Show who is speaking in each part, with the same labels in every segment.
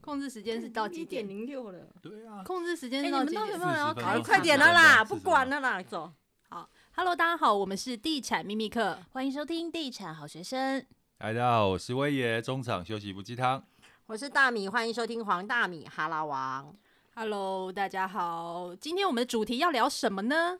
Speaker 1: 控制时间是到几
Speaker 2: 一点
Speaker 1: 点？
Speaker 2: 零六了。
Speaker 3: 对啊，
Speaker 1: 控制时间
Speaker 2: 哎、
Speaker 1: 是
Speaker 2: 你
Speaker 1: 到
Speaker 2: 们
Speaker 1: 几
Speaker 2: 到底
Speaker 1: 点
Speaker 2: 有？没有人要
Speaker 3: 40分
Speaker 2: 考虑？
Speaker 3: 钟
Speaker 2: 快点了啦，
Speaker 3: 40分
Speaker 2: 不
Speaker 3: 钟
Speaker 2: 管了啦，走。
Speaker 1: 好，Hello，大家好，我们是地产秘密课。
Speaker 4: 欢迎收听《地产好学生》。
Speaker 3: 哎大家好，我是威爷，中场休息不鸡汤。
Speaker 2: 我是大米，欢迎收听黄大米哈拉王。
Speaker 1: Hello，大家好，今天我们的主题要聊什么呢？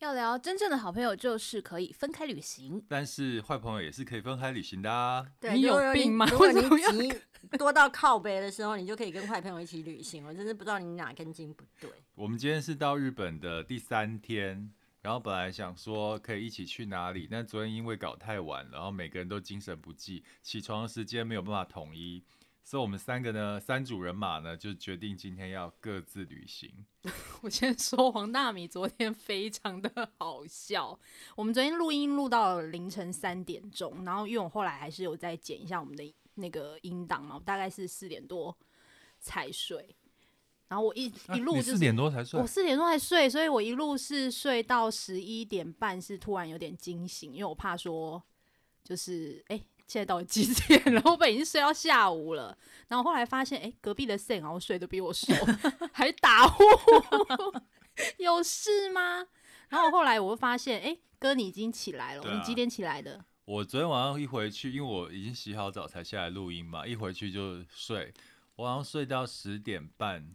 Speaker 4: 要聊真正的好朋友，就是可以分开旅行。
Speaker 3: 但是坏朋友也是可以分开旅行的、啊，
Speaker 2: 对，
Speaker 1: 你
Speaker 2: 如
Speaker 1: 有
Speaker 2: 果
Speaker 1: 病吗
Speaker 2: 如果
Speaker 1: 为什么要
Speaker 2: 你急多到靠背的时候，你就可以跟坏朋友一起旅行。我真是不知道你哪根筋不对。
Speaker 3: 我们今天是到日本的第三天，然后本来想说可以一起去哪里，但昨天因为搞太晚，然后每个人都精神不济，起床的时间没有办法统一，所以我们三个呢，三组人马呢，就决定今天要各自旅行。
Speaker 1: 我先说黄大米昨天非常的好笑。我们昨天录音录到凌晨三点钟，然后因为我后来还是有再剪一下我们的那个音档嘛，我大概是四点多才睡，然后我一一路
Speaker 3: 啊
Speaker 1: 就是
Speaker 3: 你四点多才睡
Speaker 1: 我，四点钟才睡，所以我一路是睡到十一点半，是突然有点惊醒，因为我怕说就是哎、诶现在到底几点？ 然后我本已经睡到下午了，然后后来发现哎、诶隔壁的 Sam 好像睡得比我熟，还打呼， 有事吗？然后后来我就发现哎、诶哥你已经起来了，
Speaker 3: 对啊
Speaker 1: 你几点起来的？
Speaker 3: 我昨天晚上一回去，因为我已经洗好澡才下来录音嘛，一回去就睡，我好像睡到十点半，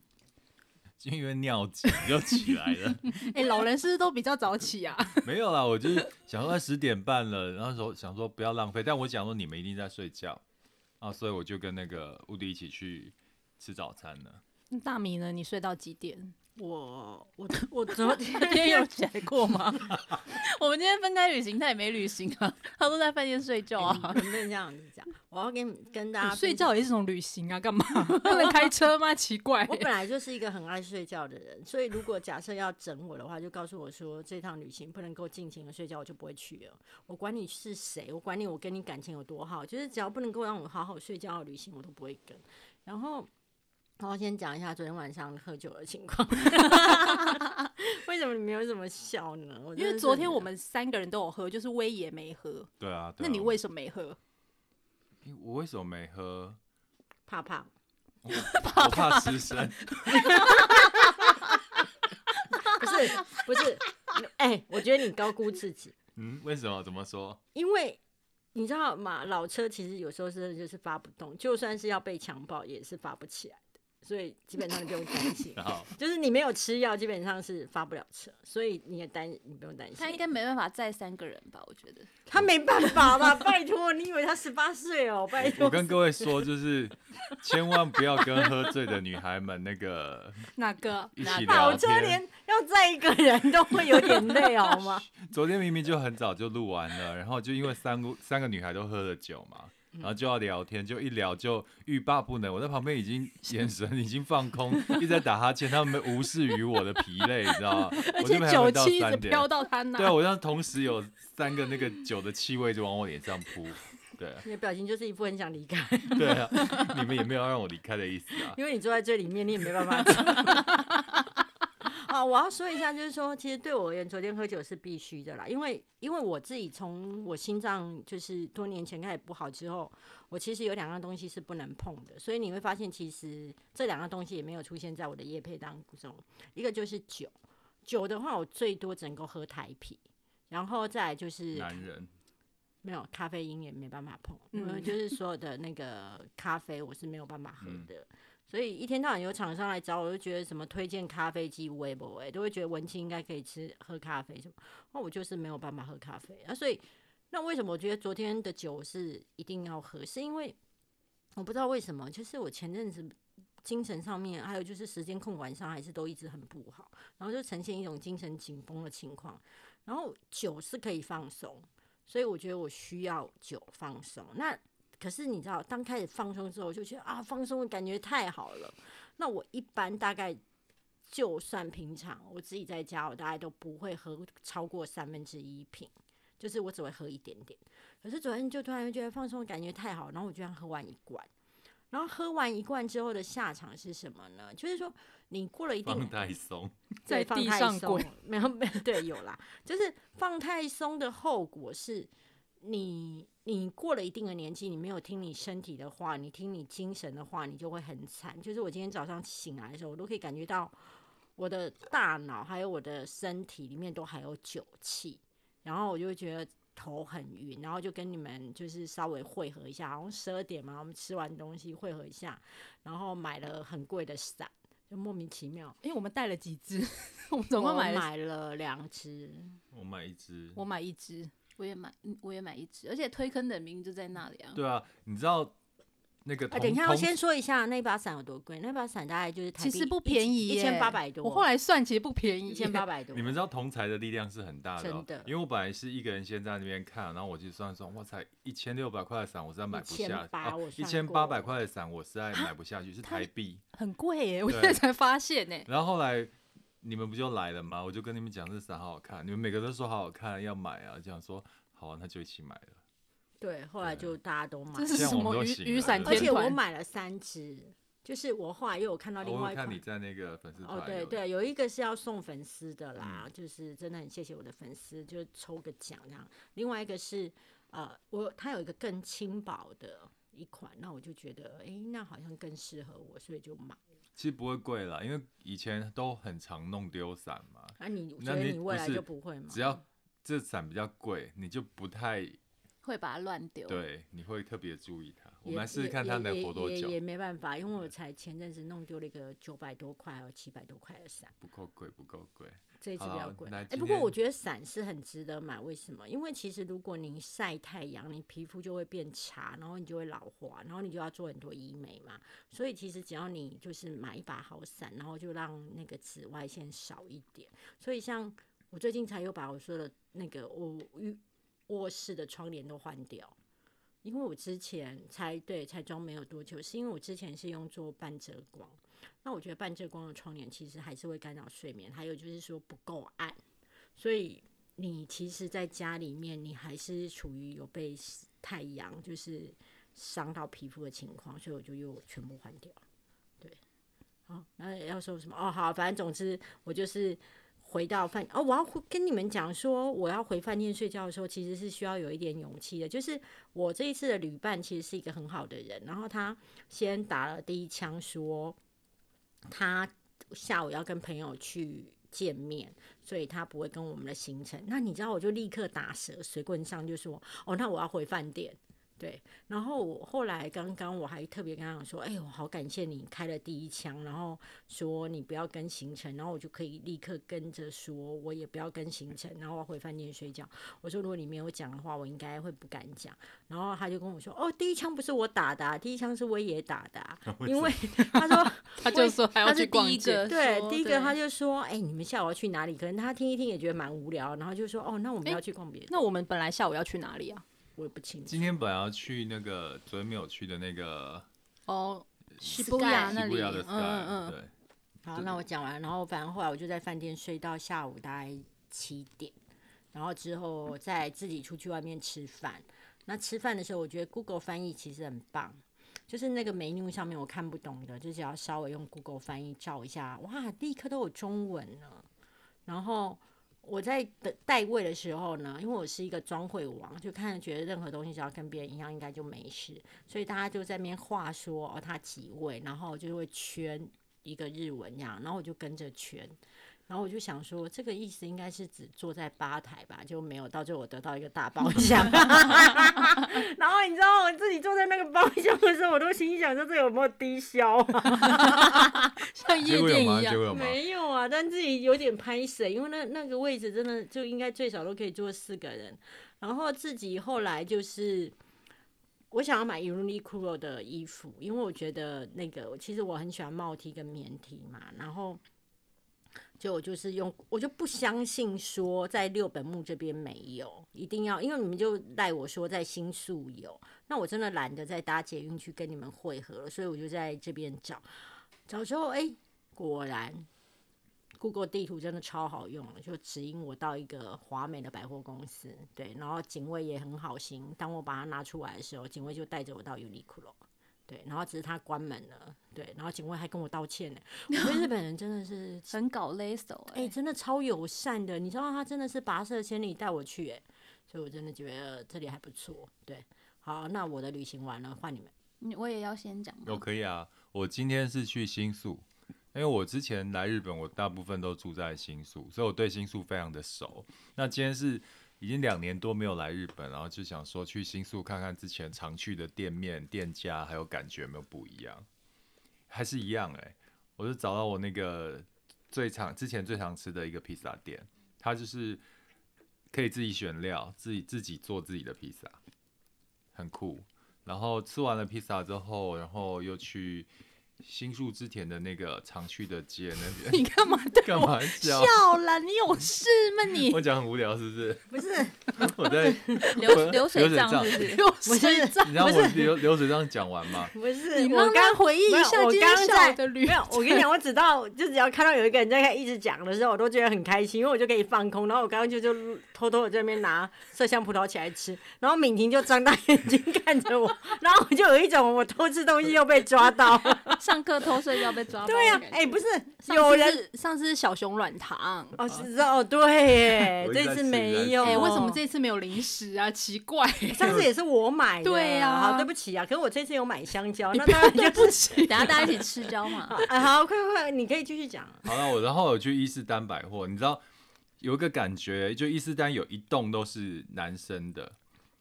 Speaker 3: 就因为尿急就起来了。
Speaker 1: 哎、老人是不是都比较早起啊？
Speaker 3: 没有啦，我就是想说十点半了，然后说想说不要浪费，但我想说你们一定在睡觉啊，所以我就跟那个乌迪一起去吃早餐了。
Speaker 1: 大米呢？你睡到几点？
Speaker 2: 我我我昨天
Speaker 4: 今天有起来过吗？ 我们今天分开旅行，他也没旅行啊， 他都在饭店睡觉啊。
Speaker 2: 哎能不能这样子讲？我要跟你跟大家
Speaker 1: 你
Speaker 2: 分
Speaker 1: 睡觉也是一种旅行啊， 干嘛？不能开车吗？奇怪、
Speaker 2: 我本来就是一个很爱睡觉的人，所以如果假设要整我的话，就告诉我说这趟旅行不能够尽情的睡觉，我就不会去了。我管你是谁，我管你我跟你感情有多好，就是只要不能够让我好好睡觉的旅行，我都不会跟。然后。然后先讲一下昨天晚上喝酒的情况， 为什么你没有怎么笑呢？我真
Speaker 1: 因
Speaker 2: 的
Speaker 1: 为
Speaker 2: 是
Speaker 1: 昨天
Speaker 2: 很
Speaker 1: 我们三个人都有喝，就是威爷没喝。
Speaker 3: 对啊，对
Speaker 1: 那
Speaker 3: 啊
Speaker 1: 你为什么没喝？
Speaker 3: 因为我为什么没喝？
Speaker 2: 怕怕，
Speaker 3: 我怕失身，
Speaker 2: 不是不是，哎、我觉得你高估自己，
Speaker 3: 嗯，为什么？怎么说？
Speaker 2: 因为你知道吗？老车其实有时候真的就是发不动，就算是要被强暴也是发不起来的，所以基本上你不用担 心。
Speaker 3: 然后
Speaker 2: 就是你没有吃药，基本上是发不了车，所以你也担你不用担心。
Speaker 4: 他应该没办法载三个人吧？我觉得。
Speaker 2: 他没办法吧？拜托，你以为他十八岁哦？拜
Speaker 3: 我
Speaker 2: 托，
Speaker 3: 跟各位说，就是千万不要跟喝醉的女孩们那个
Speaker 1: 哪个？
Speaker 3: 一起
Speaker 2: 老
Speaker 3: 聊
Speaker 2: 车
Speaker 3: 天。
Speaker 2: 连要载一个人都会有点累，好吗？
Speaker 3: 昨天明明就很早就录完了，然后就因为三个三个女孩都喝了酒嘛，然后就要聊天，就一聊就欲罢不能。我在旁边已经眼神已经放空，一直在打哈欠，他们无视于我的疲累，你知道吗？
Speaker 1: 而
Speaker 3: 我就
Speaker 1: 且
Speaker 3: 陪他
Speaker 1: 酒
Speaker 3: 们到
Speaker 1: 气一直
Speaker 3: 三点
Speaker 1: 飘。到他那。
Speaker 3: 对啊，我让同时有三个那个酒的气味就往我脸上扑。对啊
Speaker 2: 你的表情就是一副很想离开，
Speaker 3: 对 啊，你们也没有让我离开的意思啊。
Speaker 2: 因为你坐在最里面，你也没办法 讲。啊，我要说一下，就是说，其实对我而言，昨天喝酒是必须的啦，因为因为我自己从我心脏就是多年前开始不好之后，我其实有两样东西是不能碰的，所以你会发现，其实这两样东西也没有出现在我的夜配当中。一个就是酒，酒的话，我最多只能够喝台啤，然后再来就是
Speaker 3: 男人，
Speaker 2: 没有咖啡因也没办法碰，
Speaker 1: 嗯
Speaker 2: 因为就是所有的那个咖啡我是没有办法喝的，所以一天到晚有厂商来找我，就觉得什么推荐咖啡机微博，哎，都会觉得文青应该可以吃喝咖啡什么，那我就是没有办法喝咖啡啊，所以那为什么我觉得昨天的酒是一定要喝，是因为我不知道为什么，就是我前阵子。精神上面，还有就是时间控管上，还是都一直很不好，然后就呈现一种精神紧绷的情况。然后酒是可以放松，所以我觉得我需要酒放松。那可是你知道，当开始放松之后，我就觉得啊，放松的感觉太好了。那我一般大概就算平常我自己在家，我大概都不会喝超过三分之一瓶，就是我只会喝一点点。可是昨天就突然觉得放松的感觉太好，然后我居然喝完一罐。然后喝完一罐之后的下场是什么呢？就是说，你过了一定
Speaker 3: 放太松，
Speaker 1: 在
Speaker 2: 对放
Speaker 1: 地
Speaker 2: 太
Speaker 1: 上
Speaker 2: 松
Speaker 1: 滚
Speaker 2: 了，没有没有对有啦，就是放太松的后果是，你你过了一定的年纪，你没有听你身体的话，你听你精神的话，你就会很惨。就是我今天早上醒来的时候，我都可以感觉到我的大脑还有我的身体里面都还有酒气，然后我就会觉得头很晕，然后就跟你们就是稍微汇合一下，好像十二点嘛，我们吃完东西汇合一下，然后买了很贵的伞，就莫名其妙。
Speaker 1: 因为我们带了几只， 我们总共
Speaker 2: 我
Speaker 1: 买了，
Speaker 2: 买了两只，
Speaker 3: 我买一支。
Speaker 1: 我买一只，
Speaker 4: 我也买，嗯我也买一只，而且推坑的明明就在那里啊。
Speaker 3: 对啊，你知道那个
Speaker 2: 啊，
Speaker 3: 同
Speaker 2: 等一下，我
Speaker 3: 同
Speaker 2: 先说一下那把伞有多贵。那把伞大概就是台
Speaker 1: 其
Speaker 2: 币
Speaker 1: 实不便宜
Speaker 2: 一
Speaker 1: 耶，
Speaker 2: 千八百多。
Speaker 1: 我后来算其实不便宜，
Speaker 2: 一千八。百多。
Speaker 3: 你们知道同才的力量是很大的、哦，
Speaker 2: 真的
Speaker 3: 因为我本来是一个人先在那边看，然后我去算一算，哇塞，一千六百块的伞我实在买不下，哦
Speaker 2: 1800我
Speaker 3: 一
Speaker 2: 算
Speaker 3: 千
Speaker 2: 过啊
Speaker 3: 八百块的伞我实在买不下去，是台 币。
Speaker 1: 很贵耶，我
Speaker 3: 对
Speaker 1: 现在才发现呢。
Speaker 3: 然后后来你们不就来了吗？我就跟你们讲这伞好好看，你们每个都说好好看，要买啊，这样说好、啊，那就一起买了。
Speaker 2: 对，后来就大家都买
Speaker 1: 这，是
Speaker 3: 这样
Speaker 1: 什
Speaker 3: 我
Speaker 1: 么
Speaker 3: 们都
Speaker 1: 雨
Speaker 3: 醒了
Speaker 1: 雨伞
Speaker 2: 而
Speaker 1: 天
Speaker 2: 且我
Speaker 1: 团？
Speaker 2: 买了三只，就是我后来又有看到
Speaker 3: 啊
Speaker 2: 另
Speaker 3: 我
Speaker 2: 外
Speaker 3: 有
Speaker 2: 一
Speaker 3: 看你
Speaker 2: 款。
Speaker 3: 在那个粉丝团
Speaker 2: 哦，对
Speaker 3: 有
Speaker 2: 对，有一个是要送粉丝的啦，
Speaker 3: 嗯
Speaker 2: 就是真的很谢谢我的粉丝，就是抽个奖这样。另外一个是呃，我它有一个更轻薄的一款，那我就觉得诶，那好像更适合我，所以就买。
Speaker 3: 其实不会贵啦，因为以前都很常弄丢伞嘛，
Speaker 2: 啊你，
Speaker 3: 那
Speaker 2: 所以
Speaker 3: 你
Speaker 2: 你未
Speaker 3: 不
Speaker 2: 来
Speaker 3: 是
Speaker 2: 就不会吗？
Speaker 3: 只要这伞比较贵，你就不太
Speaker 4: 会把它乱丢。，
Speaker 3: 对，你会特别注意它。我
Speaker 2: 也
Speaker 3: 们来试试
Speaker 2: 也
Speaker 3: 看
Speaker 2: 也
Speaker 3: 它能
Speaker 2: 也
Speaker 3: 活多
Speaker 2: 也
Speaker 3: 久
Speaker 2: 也，没办法，因为我才前阵子弄丢了一个九百多块还有七百多块的伞，
Speaker 3: 不够贵，不够贵。
Speaker 2: 这一次
Speaker 3: 好
Speaker 2: 比较
Speaker 3: 啦
Speaker 2: 贵。
Speaker 3: 那
Speaker 2: 哎、
Speaker 3: 今
Speaker 2: 不过我
Speaker 3: 天
Speaker 2: 觉得伞是很值得买，为什么？因为其实如果你晒太阳，你皮肤就会变差，然后你就会老化，然后你就要做很多医美嘛。所以其实只要你就是买一把好伞，然后就让那个紫外线少一点。所以像我最近才有把我说的那个我浴卧室的窗帘都换掉。因为我之前才对才装没有多久，是因为我之前是用做半遮光，那我觉得半遮光的窗帘其实还是会干扰睡眠，还有就是说不够暗，所以你其实，在家里面你还是处于有被太阳就是伤到皮肤的情况，所以我就又全部换掉了。对，好，那要说什么？哦，好，反正总之我就是。回到饭哦，我要回跟你们讲说，我要回饭店睡觉的时候，其实是需要有一点勇气的。就是我这一次的旅伴其实是一个很好的人，然后他先打了第一枪，说他下午要跟朋友去见面，所以他不会跟我们的行程。那你知道，我就立刻打蛇随棍上，就说哦，那我要回饭店。对，然后我后来刚刚我还特别跟他讲说，哎、我好感谢你开了第一枪，然后说你不要跟行程，然后我就可以立刻跟着说，我也不要跟行程，然后我要回饭店睡觉。我说如果你没有讲的话，我应该会不敢讲。然后他就跟我说，哦，第一枪不是我打的啊、第一枪是威爷打的啊、因为 他说
Speaker 1: 他就说他要
Speaker 4: 他是
Speaker 1: 去逛
Speaker 4: 第一
Speaker 1: 街
Speaker 4: 个，
Speaker 2: 对，
Speaker 4: 呃说
Speaker 2: 第一个他
Speaker 4: 对
Speaker 2: 就说，哎、你们下午要去哪里？可能他听一听也觉得蛮无聊，然后就说，哦，那我们
Speaker 1: 哎
Speaker 2: 要去逛别的，
Speaker 1: 那我们本来下午要去哪里啊？
Speaker 2: 我也不清楚
Speaker 3: 今。天本来要去那个昨天没有去的那个
Speaker 1: 哦，西
Speaker 4: Sky
Speaker 1: 伯利亚
Speaker 3: 西
Speaker 1: 那
Speaker 3: 布
Speaker 1: 里，
Speaker 3: 亚
Speaker 1: 嗯
Speaker 3: 的 sky，
Speaker 1: 嗯嗯，
Speaker 3: 对，
Speaker 2: 好，那我讲完，然后反正后来我就在饭店睡到下午大概七点，然后之后再自己出去外面吃饭。那吃饭的时候，我觉得 Google 翻译其实很棒，就是那个 menu 上面我看不懂的，就只要稍微用 Google 翻译照一下，哇，立刻都有中文了。然后我在等待位的时候呢，因为我是一个装会王，就看觉得任何东西只要跟别人一样，应该就没事，所以大家就在那边话说哦，他几位，然后就会圈一个日文这样，然后我就跟着圈，然后我就想说，这个意思应该是只坐在吧台吧，就没有到最后我得到一个大包厢。 然后你知道我自己坐在那个包厢的时候，我都心想说这有没有低消啊？
Speaker 1: 像
Speaker 3: 结
Speaker 1: 夜
Speaker 3: 果有
Speaker 1: 店
Speaker 3: 吗？
Speaker 1: 一样
Speaker 3: 结。果有吗？
Speaker 2: 没有啊，但自己有点拍死，欸因为那那个位置真的就应该最少都可以坐四个人。然后自己后来就是。我想要买 Uniqlo 的衣服，因为我觉得那个其实我很喜欢帽 T 跟棉 T 嘛，然后就我就是用，我就不相信说在六本木这边没有，一定要，因为你们就赖我说在新宿有，那我真的懒得再搭捷运去跟你们汇合了，所以我就在这边找，找之后哎、果然。Google 地图真的超好用的，就指引我到一个华美的百货公司，对，然后警卫也很好心，当我把它拿出来的时候，警卫就带着我到 Uniqlo，对，然后只是他关门了，对，然后警卫还跟我道歉呢，我觉得日本人真的 是
Speaker 4: 很搞勒手
Speaker 2: 哎、
Speaker 4: 哎、
Speaker 2: 真的超友善的，你知道他真的是跋涉千里带我去、哎，所以我真的觉得这里还不错。对，好，那我的旅行完了，换你们。
Speaker 4: 你我也要先讲
Speaker 3: 我
Speaker 4: 吗？
Speaker 3: 可以啊，我今天是去新宿，因为我之前来日本，我大部分都住在新宿，所以我对新宿非常的熟。那今天是已经两年多没有来日本，然后就想说去新宿看看之前常去的店面、店家，还有感觉有没有不一样，还是一样哎、我就找到我那个最常之前最常吃的一个披萨店，它就是可以自己选料，自己自己做自己的披萨，很酷。然后吃完了披萨之后，然后又去新宿之田的那个常去的街那边，
Speaker 1: 你干嘛对
Speaker 3: 干
Speaker 1: 我
Speaker 3: 嘛笑？
Speaker 1: 笑了？你有事吗你？
Speaker 3: 啊我讲很无聊是不是？
Speaker 2: 不是，
Speaker 3: 我在
Speaker 4: 流流水
Speaker 3: 流水
Speaker 4: 账
Speaker 3: 账
Speaker 4: 是不是？
Speaker 1: 有
Speaker 2: 不
Speaker 1: 事？
Speaker 2: 是，
Speaker 3: 你让我流流水账讲完嘛？，
Speaker 2: 不是，
Speaker 1: 你
Speaker 2: 我
Speaker 1: 让
Speaker 2: 刚
Speaker 1: 他回忆
Speaker 2: 没
Speaker 1: 一
Speaker 2: 有
Speaker 1: 下
Speaker 2: 我
Speaker 1: 今
Speaker 2: 刚
Speaker 1: 天
Speaker 2: 刚
Speaker 1: 下午
Speaker 2: 在
Speaker 1: 的旅
Speaker 2: 没有，我跟 你讲，我只到就只要看到有一个人在一直讲的时候，我都觉得很开心，因为我就可以放空。然后我刚刚就就偷偷的在那边拿麝香葡萄起来吃，然后敏婷就张大眼睛看着我，然后我就有一种我偷吃东西又被抓 到。
Speaker 4: 上课偷睡觉被抓包的
Speaker 2: 对呀、
Speaker 4: 感觉
Speaker 2: 哎、不是
Speaker 1: 啊上次
Speaker 2: 有人
Speaker 1: 是上次是小熊软糖。
Speaker 2: 哦是哦对耶
Speaker 3: 我一直
Speaker 2: 这
Speaker 3: 在
Speaker 2: 次
Speaker 3: 吃一直在
Speaker 2: 没
Speaker 3: 吃
Speaker 2: 有，哦
Speaker 1: 哎、为什么这次没有零食啊？奇怪、
Speaker 2: 上次也是我买 的？
Speaker 1: 对呀
Speaker 2: 好对不起啊，可是我这次有买香蕉，
Speaker 1: 你
Speaker 2: 那
Speaker 1: 不
Speaker 2: 当
Speaker 1: 要
Speaker 2: 然就
Speaker 1: 对不起。
Speaker 4: 等下大家一起吃蕉嘛。
Speaker 2: 啊好快快，你可以继续讲。
Speaker 3: 好了，我然后我去伊势丹百货，你知道有一个感觉，就伊势丹有一栋都是男生的。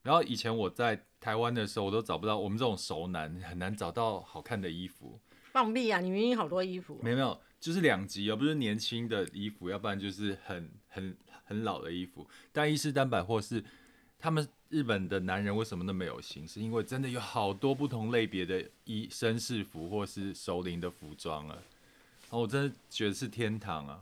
Speaker 3: 然后以前我在台湾的时候，我都找不到我们这种熟男很难找到好看的衣服。
Speaker 2: 放屁啊！你明明好多衣服哦、
Speaker 3: 没有没有，就是两极哦，不是年轻的衣服，要不然就是很很很老的衣服。但伊势丹百货是他们日本的男人为什么那么有型，是因为真的有好多不同类别的衣绅士服或是熟龄的服装啊。哦，我真的觉得是天堂啊！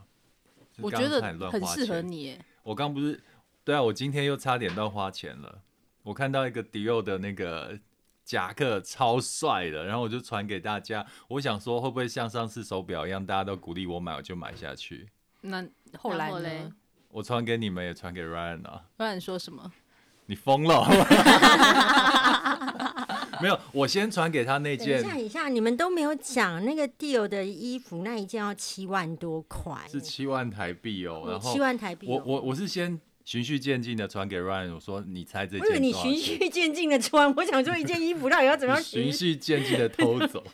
Speaker 3: 就是
Speaker 1: 我
Speaker 3: 刚
Speaker 1: 觉得
Speaker 3: 才乱
Speaker 1: 很
Speaker 3: 花
Speaker 1: 适合
Speaker 3: 钱
Speaker 1: 你耶，
Speaker 3: 我刚不是，对啊，我今天又差点到花钱了。我看到一个迪奥的那个夹克超帅的，然后我就传给大家。我想说，会不会像上次手表一样，大家都鼓励我买，我就买下去。
Speaker 1: 那后来
Speaker 4: 然后嘞
Speaker 1: 呢？
Speaker 3: 我传给你们，也传给 Ryan 啊。
Speaker 1: 不然说什么？
Speaker 3: 你疯了？没有，我先传给他那
Speaker 2: 等一下，
Speaker 3: 件
Speaker 2: 等一下，你们都没有讲那个 Dior 的衣服，那一件要七万多块，
Speaker 3: 是七万台币哦，然后
Speaker 2: 七万台币哦、
Speaker 3: 我我我是先循序渐进的传给 Ryan，我说你猜这件
Speaker 2: 我以为你
Speaker 3: 多少
Speaker 2: 循
Speaker 3: 钱
Speaker 2: 序渐进的穿，我想说一件衣服到底要怎么样
Speaker 3: 啊 你循
Speaker 2: 序，
Speaker 3: 序渐进的偷走。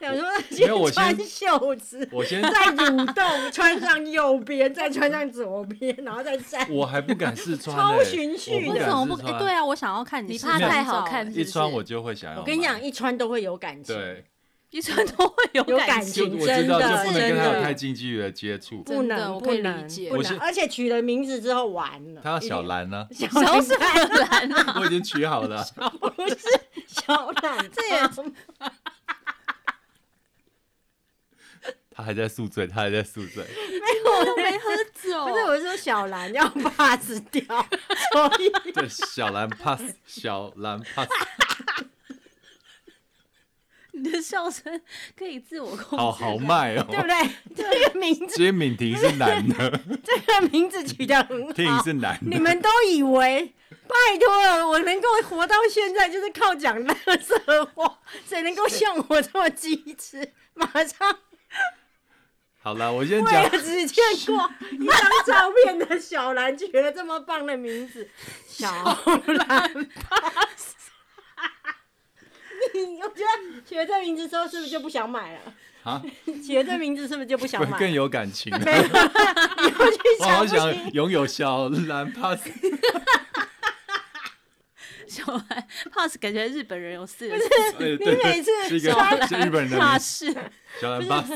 Speaker 2: 想说
Speaker 3: 没有我
Speaker 2: 先穿
Speaker 3: 先
Speaker 2: 袖子，
Speaker 3: 我先
Speaker 2: 再蠕动，穿上右边，再穿上左边，然后再站。
Speaker 3: 我还不敢试穿、欸，
Speaker 2: 超循序
Speaker 3: 我
Speaker 2: 的
Speaker 3: 不
Speaker 1: 为
Speaker 3: 敢
Speaker 1: 什么不
Speaker 3: 试？
Speaker 1: 哎、
Speaker 3: 穿
Speaker 1: 对啊，我想要看你
Speaker 4: 你
Speaker 1: 试
Speaker 4: 怕
Speaker 1: 穿照，
Speaker 4: 太好看
Speaker 1: 哎
Speaker 4: 是
Speaker 3: 一
Speaker 4: 不是
Speaker 3: 穿我就会想要。
Speaker 2: 我跟你讲，，一穿都会有感情，
Speaker 3: 对，
Speaker 4: 一穿都会有
Speaker 2: 有
Speaker 4: 感
Speaker 2: 感
Speaker 4: 情。
Speaker 3: 就
Speaker 2: 情
Speaker 3: 我知道，
Speaker 2: 真
Speaker 3: 就
Speaker 2: 的
Speaker 3: 不能跟他
Speaker 2: 真
Speaker 3: 有
Speaker 2: 的
Speaker 3: 太近距离的接触。
Speaker 2: 不
Speaker 1: 真的
Speaker 2: 能
Speaker 1: 我
Speaker 2: 不
Speaker 1: 可以
Speaker 2: 能
Speaker 1: 理解
Speaker 2: 不
Speaker 3: 我是
Speaker 2: 能，而且取了名字之后完了，
Speaker 3: 他要小 兰呢、
Speaker 2: 一定小
Speaker 4: 小
Speaker 2: 兰
Speaker 4: 什么蓝啊？
Speaker 3: 我已经取好了。
Speaker 2: 不是小懒，这也
Speaker 3: 他还在宿醉，他还在宿醉。
Speaker 2: 我没
Speaker 1: 喝酒
Speaker 2: 不是，我是说小兰要 pass 掉，所以
Speaker 3: 对，小兰 pass，小 兰 pass。
Speaker 4: 你的笑声可以自我控制。
Speaker 3: 好豪迈
Speaker 2: 对不
Speaker 3: 哦。
Speaker 2: 对？这个名字，
Speaker 3: 今天敏婷是男的，
Speaker 2: 这个名字取得很
Speaker 3: 婷
Speaker 2: 好，
Speaker 3: 是男
Speaker 2: 你
Speaker 3: 的。
Speaker 2: 们都以为。拜托了，我能够活到现在，就是靠讲乐色话。谁能够像我这么机智？马上
Speaker 3: 好了，我先
Speaker 2: 为
Speaker 3: 讲
Speaker 2: 了。只见过一张照片的小兰，取了这么棒的名字，小兰 pass。你我觉得取了这名字之后，是不是就不想买了？
Speaker 3: 啊，
Speaker 2: 取了这名字是不是就不 想
Speaker 3: 会
Speaker 2: 买？
Speaker 3: 更有感情了。
Speaker 2: 没有 啦，以后去
Speaker 3: 我好
Speaker 2: 想不
Speaker 3: 想
Speaker 2: 行。
Speaker 3: 拥有小兰 pass。
Speaker 4: 小蓝 pass 感觉日本人有四个字
Speaker 3: 对
Speaker 2: 你
Speaker 3: 对
Speaker 2: 每
Speaker 3: 对，
Speaker 2: 次
Speaker 3: 是一个
Speaker 2: 穿
Speaker 3: 是日本人的名字
Speaker 4: pass，
Speaker 3: 小兰 pass。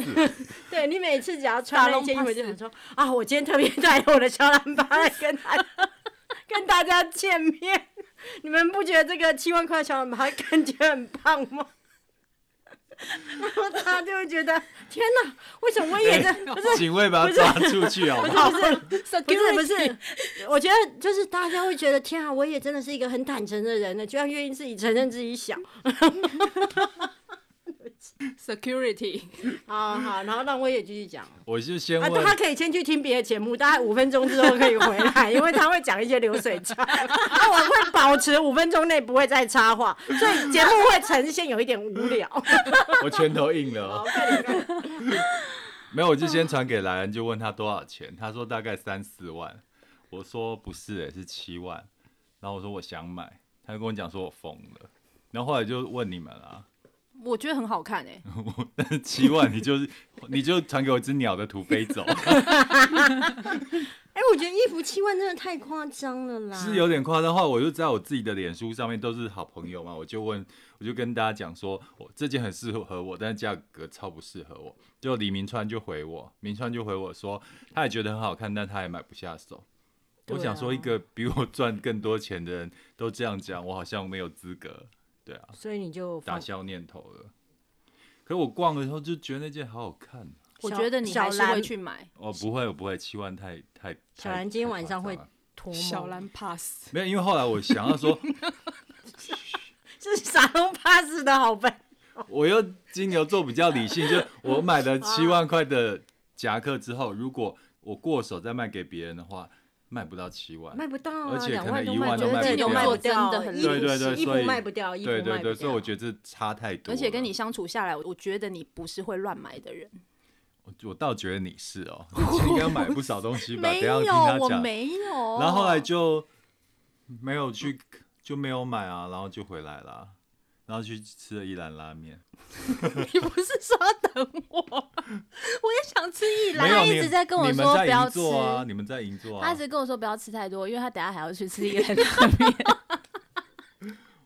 Speaker 2: 对你每次只要穿那
Speaker 4: 大
Speaker 2: 件衣
Speaker 4: 龙
Speaker 2: 服，
Speaker 4: 巴
Speaker 2: 就想说啊，我今天特别带我的小蓝巴来跟大跟大家见面。你们不觉得这个七万块小蓝巴感觉很棒吗？ 然后他就会觉得天哪，为什么我 也这不是
Speaker 3: 哎警卫把他抓出去好不好？
Speaker 2: 不是不是不是，我觉得就是大家会觉得天啊，我也真的是一个很坦诚的人呢，居然愿意自己承认自己小。
Speaker 1: security，
Speaker 2: 好好，然后让我也继续讲。
Speaker 3: 我就先
Speaker 2: 啊，
Speaker 3: 问
Speaker 2: 他可以先去听别的节目，大概五分钟之后可以回 来，因为他会讲一些流水账。那我会保持五分钟内不会再插话，所以节目会呈现有一点无聊。
Speaker 3: 我拳头硬了哦、
Speaker 2: 好，快点快点嗯
Speaker 3: 没有，我就先传给莱恩，就问他多少钱，他说大概三四万。我说不是、欸，是七万。然后我说我想买，他就跟我讲说我疯了。然后后来就问你们啦、
Speaker 1: 我觉得很好看哎、
Speaker 3: 啊，七万你就是你就传给我一只鸟的图飞走，
Speaker 2: 哎、我觉得衣服七万真的太夸张了啦。
Speaker 3: 是有点夸张的话，我就在我自己的脸书上面都是好朋友嘛，我就问，我就跟大家讲说，我这件很适合我，但是价格超不适合我。就李明川就回我，明川就回我说，他也觉得很好看，但他也买不下手。我
Speaker 2: 对
Speaker 3: 想说，
Speaker 2: 啊
Speaker 3: 一个比我赚更多钱的人都这样讲，我好像没有资格，对啊，
Speaker 2: 所以你就
Speaker 3: 打
Speaker 2: 放
Speaker 3: 消念头了。可是我逛的时候就觉得那件好好看
Speaker 1: 我
Speaker 2: 小
Speaker 1: 觉得你
Speaker 2: 小
Speaker 1: 还是
Speaker 2: 蓝
Speaker 1: 会去买。
Speaker 3: 哦，不会，我不会，七万太太。太
Speaker 2: 小兰今天
Speaker 3: 太
Speaker 2: 晚上
Speaker 3: 夸张
Speaker 2: 会
Speaker 3: 了
Speaker 2: 脱毛，
Speaker 4: 小兰 pass，
Speaker 3: 没有，因为后来我想要说，
Speaker 2: 是傻龙 pass 的好呗。
Speaker 3: 我又金牛座比较理性，就我买了七万块的夹克之后，如果我过手再卖给别人的话，卖不到七万。
Speaker 2: 卖不到啊，
Speaker 3: 而且
Speaker 2: 两
Speaker 3: 可
Speaker 2: 万都
Speaker 3: 能一
Speaker 2: 卖
Speaker 3: 万
Speaker 2: 不
Speaker 3: 都
Speaker 2: 掉，
Speaker 3: 卖不
Speaker 2: 牛
Speaker 3: 掉
Speaker 2: 卖不
Speaker 1: 真
Speaker 2: 掉，
Speaker 1: 的很
Speaker 2: 衣
Speaker 1: 对
Speaker 2: 服
Speaker 3: 对对
Speaker 2: 衣服
Speaker 3: 所以
Speaker 2: 卖不掉，衣服
Speaker 3: 对
Speaker 2: 卖
Speaker 3: 对
Speaker 2: 不
Speaker 3: 对，
Speaker 2: 掉。
Speaker 3: 所以我觉得这差太多
Speaker 1: 而
Speaker 3: 了。
Speaker 1: 且跟你相处下来，我觉得你不是会乱买的人。
Speaker 3: 我，我倒觉得你是哦，你应该买不少 东西吧？等一
Speaker 1: 没
Speaker 3: 下
Speaker 1: 有
Speaker 3: 听他，
Speaker 1: 我
Speaker 3: 讲。
Speaker 1: 没有。
Speaker 3: 然后后来就没有去，就没有买啊，然后就回来啦，然后去吃了一兰拉面。
Speaker 1: 你不是说要等我？我也想吃一
Speaker 3: 没
Speaker 1: 兰。
Speaker 3: 有
Speaker 4: 他一
Speaker 3: 你
Speaker 4: 直在跟我
Speaker 3: 你们
Speaker 4: 说
Speaker 3: 在
Speaker 4: 不要
Speaker 3: 银座啊，
Speaker 4: 吃
Speaker 3: 你们在银座
Speaker 4: 他
Speaker 3: 啊
Speaker 4: 一。直跟我说不要吃太多，因为他等下还要去吃一个 拉面。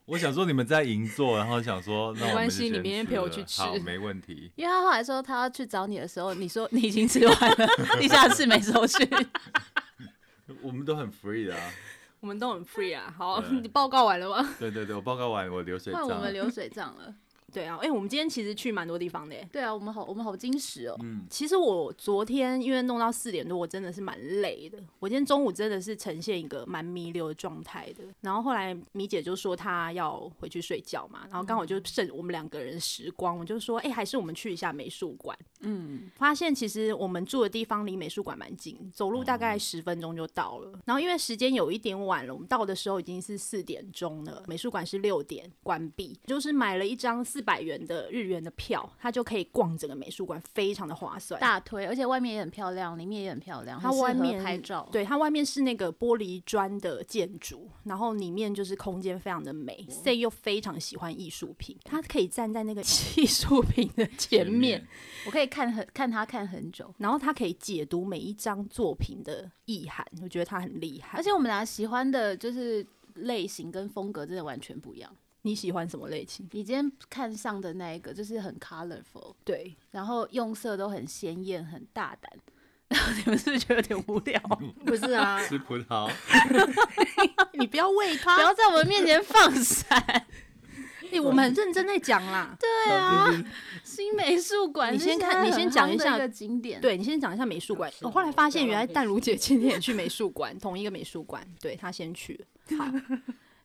Speaker 3: 我想说你们在银座，然后想说那
Speaker 1: 没
Speaker 3: 我
Speaker 1: 关
Speaker 3: 们就
Speaker 1: 系你
Speaker 3: 先
Speaker 1: 明天陪我
Speaker 3: 了
Speaker 1: 去吃
Speaker 3: 好，没问题。
Speaker 4: 因为他后来说他要去找你的时候，你说你已经吃完 了，你下次没收讯。
Speaker 3: 我们都很 free 的啊。
Speaker 1: 我们都很 free 啊。好，
Speaker 3: 对
Speaker 1: 你报告完了吗？
Speaker 3: 对对对，我报告完我流水
Speaker 4: 换我
Speaker 3: 账
Speaker 4: 们。流水账了。
Speaker 1: 对啊，哎、我们今天其实去蛮多地方的耶。
Speaker 4: 对啊，我们好，我们好矜持哦。
Speaker 3: 嗯，
Speaker 1: 其实我昨天因为弄到四点多，我真的是蛮累的。我今天中午真的是呈现一个蛮弥留的状态的。然后后来米姐就说她要回去睡觉嘛，然后刚好就剩我们两个人时光，我就说，哎、还是我们去一下美术馆。
Speaker 4: 嗯，
Speaker 1: 发现其实我们住的地方离美术馆蛮近，走路大概十分钟就到了。然后因为时间有一点晚了，我们到的时候已经是四点钟了，美术馆是六点关闭。就是买了一张四百元的日元的票，它就可以逛整个美术馆，非常的划算。
Speaker 4: 大推，而且外面也很漂亮，里面也很漂亮，
Speaker 1: 它
Speaker 4: 很适合
Speaker 1: 外面
Speaker 4: 拍照。，
Speaker 1: 对，它外面是那个玻璃砖的建筑，然后里面就是空间非常的美。C 又非常喜欢艺术品，他可以站在那个 艺术品的前面，
Speaker 4: 我可以看很看他看很久。
Speaker 1: 然后他可以解读每一张作品的意涵，我觉得他很厉害。
Speaker 4: 而且我们俩喜欢的就是类型跟风格真的完全不一样。
Speaker 1: 你喜欢什么类型？
Speaker 4: 你今天看上的那一个就是很 colorful，
Speaker 1: 对，
Speaker 4: 然后用色都很鲜艳、很大胆。你们是不是觉得有点无聊？
Speaker 1: 嗯
Speaker 2: 不是啊，
Speaker 3: 吃葡萄。
Speaker 1: 你不要喂他
Speaker 4: 不，要在我们面前放闪！
Speaker 1: 哎、我们很认真在讲啦。
Speaker 4: 对啊，新美术馆
Speaker 1: 你
Speaker 4: 是
Speaker 1: 先
Speaker 4: 现
Speaker 1: 看
Speaker 4: 在
Speaker 1: 你
Speaker 4: 很
Speaker 1: 先讲
Speaker 4: 夯
Speaker 1: 一
Speaker 4: 的
Speaker 1: 下
Speaker 4: 个景点。，
Speaker 1: 对你先讲一下美术馆。
Speaker 2: 是
Speaker 1: 我后来发现，原来
Speaker 2: 不要浪费
Speaker 1: 淡如姐今天也去美术馆，同一个美术馆。对她先去了，好，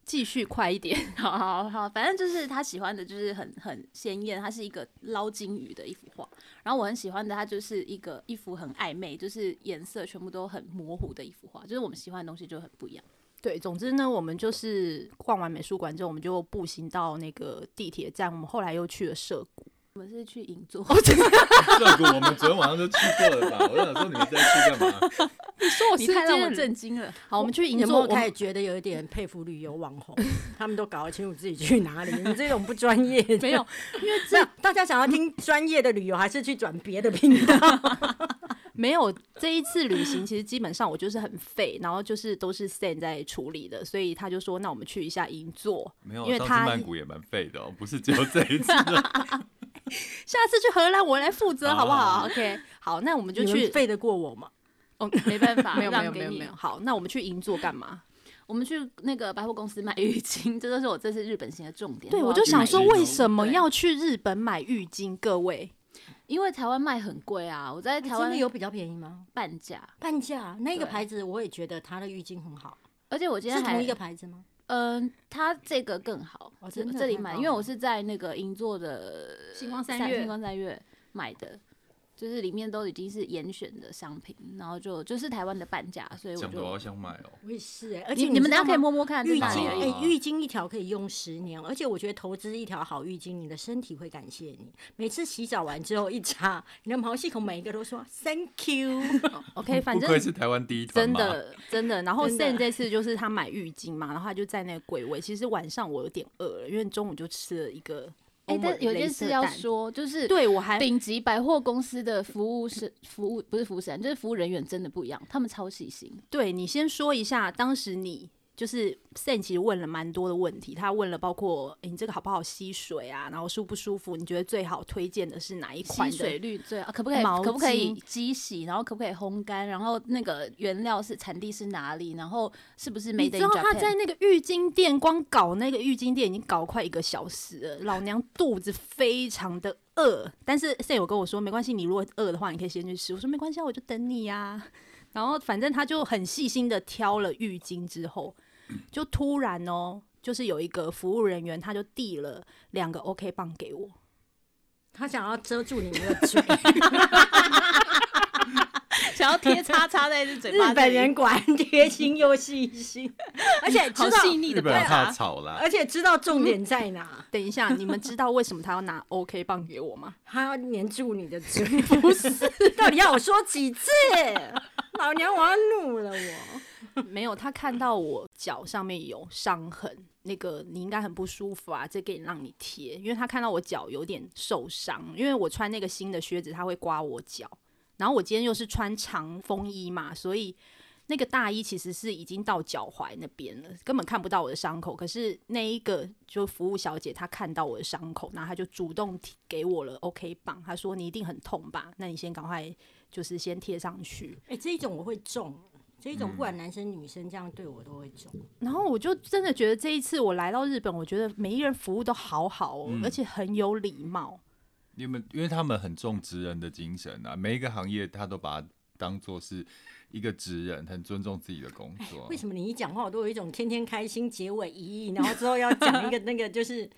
Speaker 1: 继续快一点。
Speaker 4: 好好好，反正就是他喜欢的，就是很很鲜艳，它是一个捞金鱼的一幅画。然后我很喜欢的，它就是一个一幅很暧昧，就是颜色全部都很模糊的一幅画，就是我们喜欢的东西就很不一样。
Speaker 1: 对，总之呢，我们就是逛完美术馆之后，我们就步行到那个地铁站。我们后来又去了涩谷，
Speaker 4: 我们是去银座，
Speaker 3: 涩谷我们昨天晚上都去过了吧？我想说你们在去干嘛？
Speaker 1: 说 我
Speaker 4: 你太让我震惊了。
Speaker 1: 好，我们去银
Speaker 2: 有没
Speaker 1: 座，
Speaker 2: 有
Speaker 1: 我们
Speaker 2: 开始觉得有一点佩服旅游网红？他们都搞得清楚自己去哪里，你们这种不专业的。
Speaker 1: 没有，
Speaker 2: 因为这大家想要听专业的旅游，还是去转别的频道？
Speaker 1: 没有这一次旅行，其实基本上我就是很废，然后就是都是 Stan 在处理的，所以他就说，那我们去一下银座，
Speaker 3: 没有，啊
Speaker 1: 因为
Speaker 3: 上次
Speaker 1: 他
Speaker 3: 曼谷也蛮废的哦，不是只有这 一次。
Speaker 1: 下次去荷兰我来负责，
Speaker 3: 好
Speaker 1: 好不
Speaker 3: 好
Speaker 1: 好
Speaker 4: 哦
Speaker 3: 好
Speaker 1: ？OK，好，那我们就
Speaker 2: 你们
Speaker 1: 去。
Speaker 2: 背得过我吗？
Speaker 1: 哦， 没办法
Speaker 4: 没有没有
Speaker 1: 让给
Speaker 4: 没有
Speaker 1: 你
Speaker 4: 没有
Speaker 1: 好，那我们去银座干嘛？
Speaker 4: 我们去那个百货公司买浴巾， 这都是我这次日本行的重点。
Speaker 1: 对，
Speaker 4: 我
Speaker 1: 我
Speaker 4: 要
Speaker 1: 就
Speaker 4: 去
Speaker 1: 想
Speaker 4: 买
Speaker 1: 说，
Speaker 4: 浴巾
Speaker 1: 为什么
Speaker 4: 对
Speaker 1: 要去日本买浴巾？各位，
Speaker 4: 因为台湾卖很贵啊，我在台
Speaker 2: 真的
Speaker 4: 湾
Speaker 2: 哎有比较便宜吗？
Speaker 4: 半价，
Speaker 2: 半价那个
Speaker 4: 对
Speaker 2: 牌子，我也觉得它的浴巾很好，
Speaker 4: 而且我今
Speaker 2: 是
Speaker 4: 天还
Speaker 2: 同一个牌子吗？
Speaker 4: 嗯，它这个更好，
Speaker 2: 哦
Speaker 4: 这
Speaker 2: 真的
Speaker 4: 这里
Speaker 2: 太
Speaker 4: 买，
Speaker 2: 棒
Speaker 4: 因为
Speaker 2: 了
Speaker 4: 我是在那个银座的
Speaker 1: 星光
Speaker 4: 星光三月买的。就是里面都已经是严选的商品，然后就就是台湾的半价，所以我
Speaker 3: 讲的我好
Speaker 4: 就
Speaker 3: 想买哦。
Speaker 2: 我也是哎、而
Speaker 4: 你
Speaker 2: 且
Speaker 4: 你们
Speaker 2: 知
Speaker 4: 大
Speaker 2: 道
Speaker 4: 家可以
Speaker 2: 吗
Speaker 4: 摸摸看，
Speaker 2: 浴
Speaker 4: 在哪
Speaker 2: 巾
Speaker 4: 里而
Speaker 2: 哎、
Speaker 4: 已
Speaker 3: 啊
Speaker 2: 浴巾一条可以用十年，而且我觉得投资一条好浴巾，你的身体会感谢你。每次洗澡完之后一擦，你的毛细孔每一个都说 Thank you。
Speaker 1: OK，反
Speaker 3: 不
Speaker 1: 正
Speaker 3: 愧是台湾第一团
Speaker 1: 真
Speaker 3: 嘛，
Speaker 1: 的真的。然后
Speaker 2: 真的
Speaker 1: Sam 这次就是他买浴巾嘛，然后他就在那个柜位。其实晚上我有点饿了，因为中午就吃了一个
Speaker 4: 哎、
Speaker 1: 欧盟
Speaker 4: 但有
Speaker 1: 的
Speaker 4: 件
Speaker 1: 镭
Speaker 4: 事
Speaker 1: 射
Speaker 4: 要
Speaker 1: 蛋，
Speaker 4: 说，就是
Speaker 1: 对我还
Speaker 4: 顶级百货公司的服务是服务不是服务生，就是服务人员真的不一样，他们超细心。
Speaker 1: 对你先说一下，当时你就是 Sam 其实问了蛮多的问题，他问了包括、诶你这个好不好吸水啊，然后舒不舒服，你觉得最好推荐的是哪一款
Speaker 4: 吸
Speaker 1: 的
Speaker 4: 水率最好，可不可以
Speaker 1: 毛
Speaker 4: 可不可以
Speaker 1: 巾
Speaker 4: 机洗，然后可不可以烘干，然后那个原料是产地是哪里，然后是不是
Speaker 1: 你
Speaker 4: made in
Speaker 1: 知道他
Speaker 4: Japan
Speaker 1: 在那个浴巾店光搞那个浴巾店已经搞快一个小时了，老娘肚子非常的饿。但是 Sam 有跟我说，没关系，你如果饿的话，你可以先去吃。我说没关系，啊，我就等你呀、然后反正他就很细心的挑了浴巾之后，就突然哦，就是有一个服务人员他就递了两个 OK 棒给我，
Speaker 2: 他想要遮住你们的嘴，
Speaker 4: 想要贴叉叉在这嘴
Speaker 2: 日
Speaker 4: 巴这里，
Speaker 2: 本人果然贴心又细心，而且知
Speaker 4: 好
Speaker 2: 道，
Speaker 4: 细腻
Speaker 3: 日
Speaker 4: 的
Speaker 3: 本人
Speaker 4: 表
Speaker 1: 啊
Speaker 3: 怕
Speaker 4: 达。
Speaker 3: 吵啦。
Speaker 2: 而且知道重点在哪，
Speaker 1: 等一下，你们知道为什么他要拿 OK 棒给我吗？
Speaker 2: 他要黏住你的 嘴，不是？到底要我说几次？老娘我要怒了我！
Speaker 1: 没有，他看到我脚上面有伤痕，那个你应该很不舒服啊，这可以让你贴，因为他看到我脚有点受伤，因为我穿那个新的靴子，他会刮我脚，然后我今天又是穿长风衣嘛，所以那个大衣其实是已经到脚踝那边了，根本看不到我的伤口。可是那一个就服务小姐她看到我的伤口，然后她就主动提给我了 OK 棒，她说你一定很痛吧，那你先赶快就是先贴上去。
Speaker 2: 哎、这一种我会中，这一种不管男生女生这样对我都会中。
Speaker 1: 然后我就真的觉得这一次我来到日本，我觉得每一个人服务都好好哦，
Speaker 3: 嗯
Speaker 1: 而且很有礼貌。
Speaker 3: 你们因为他们很重职人的精神啊，每一个行业他都把它当做是一个职人，很尊重自己的工作啊
Speaker 2: 为。什么你一讲话，我都有一种天天开心，结尾一亿，然后之后要讲一个那个就是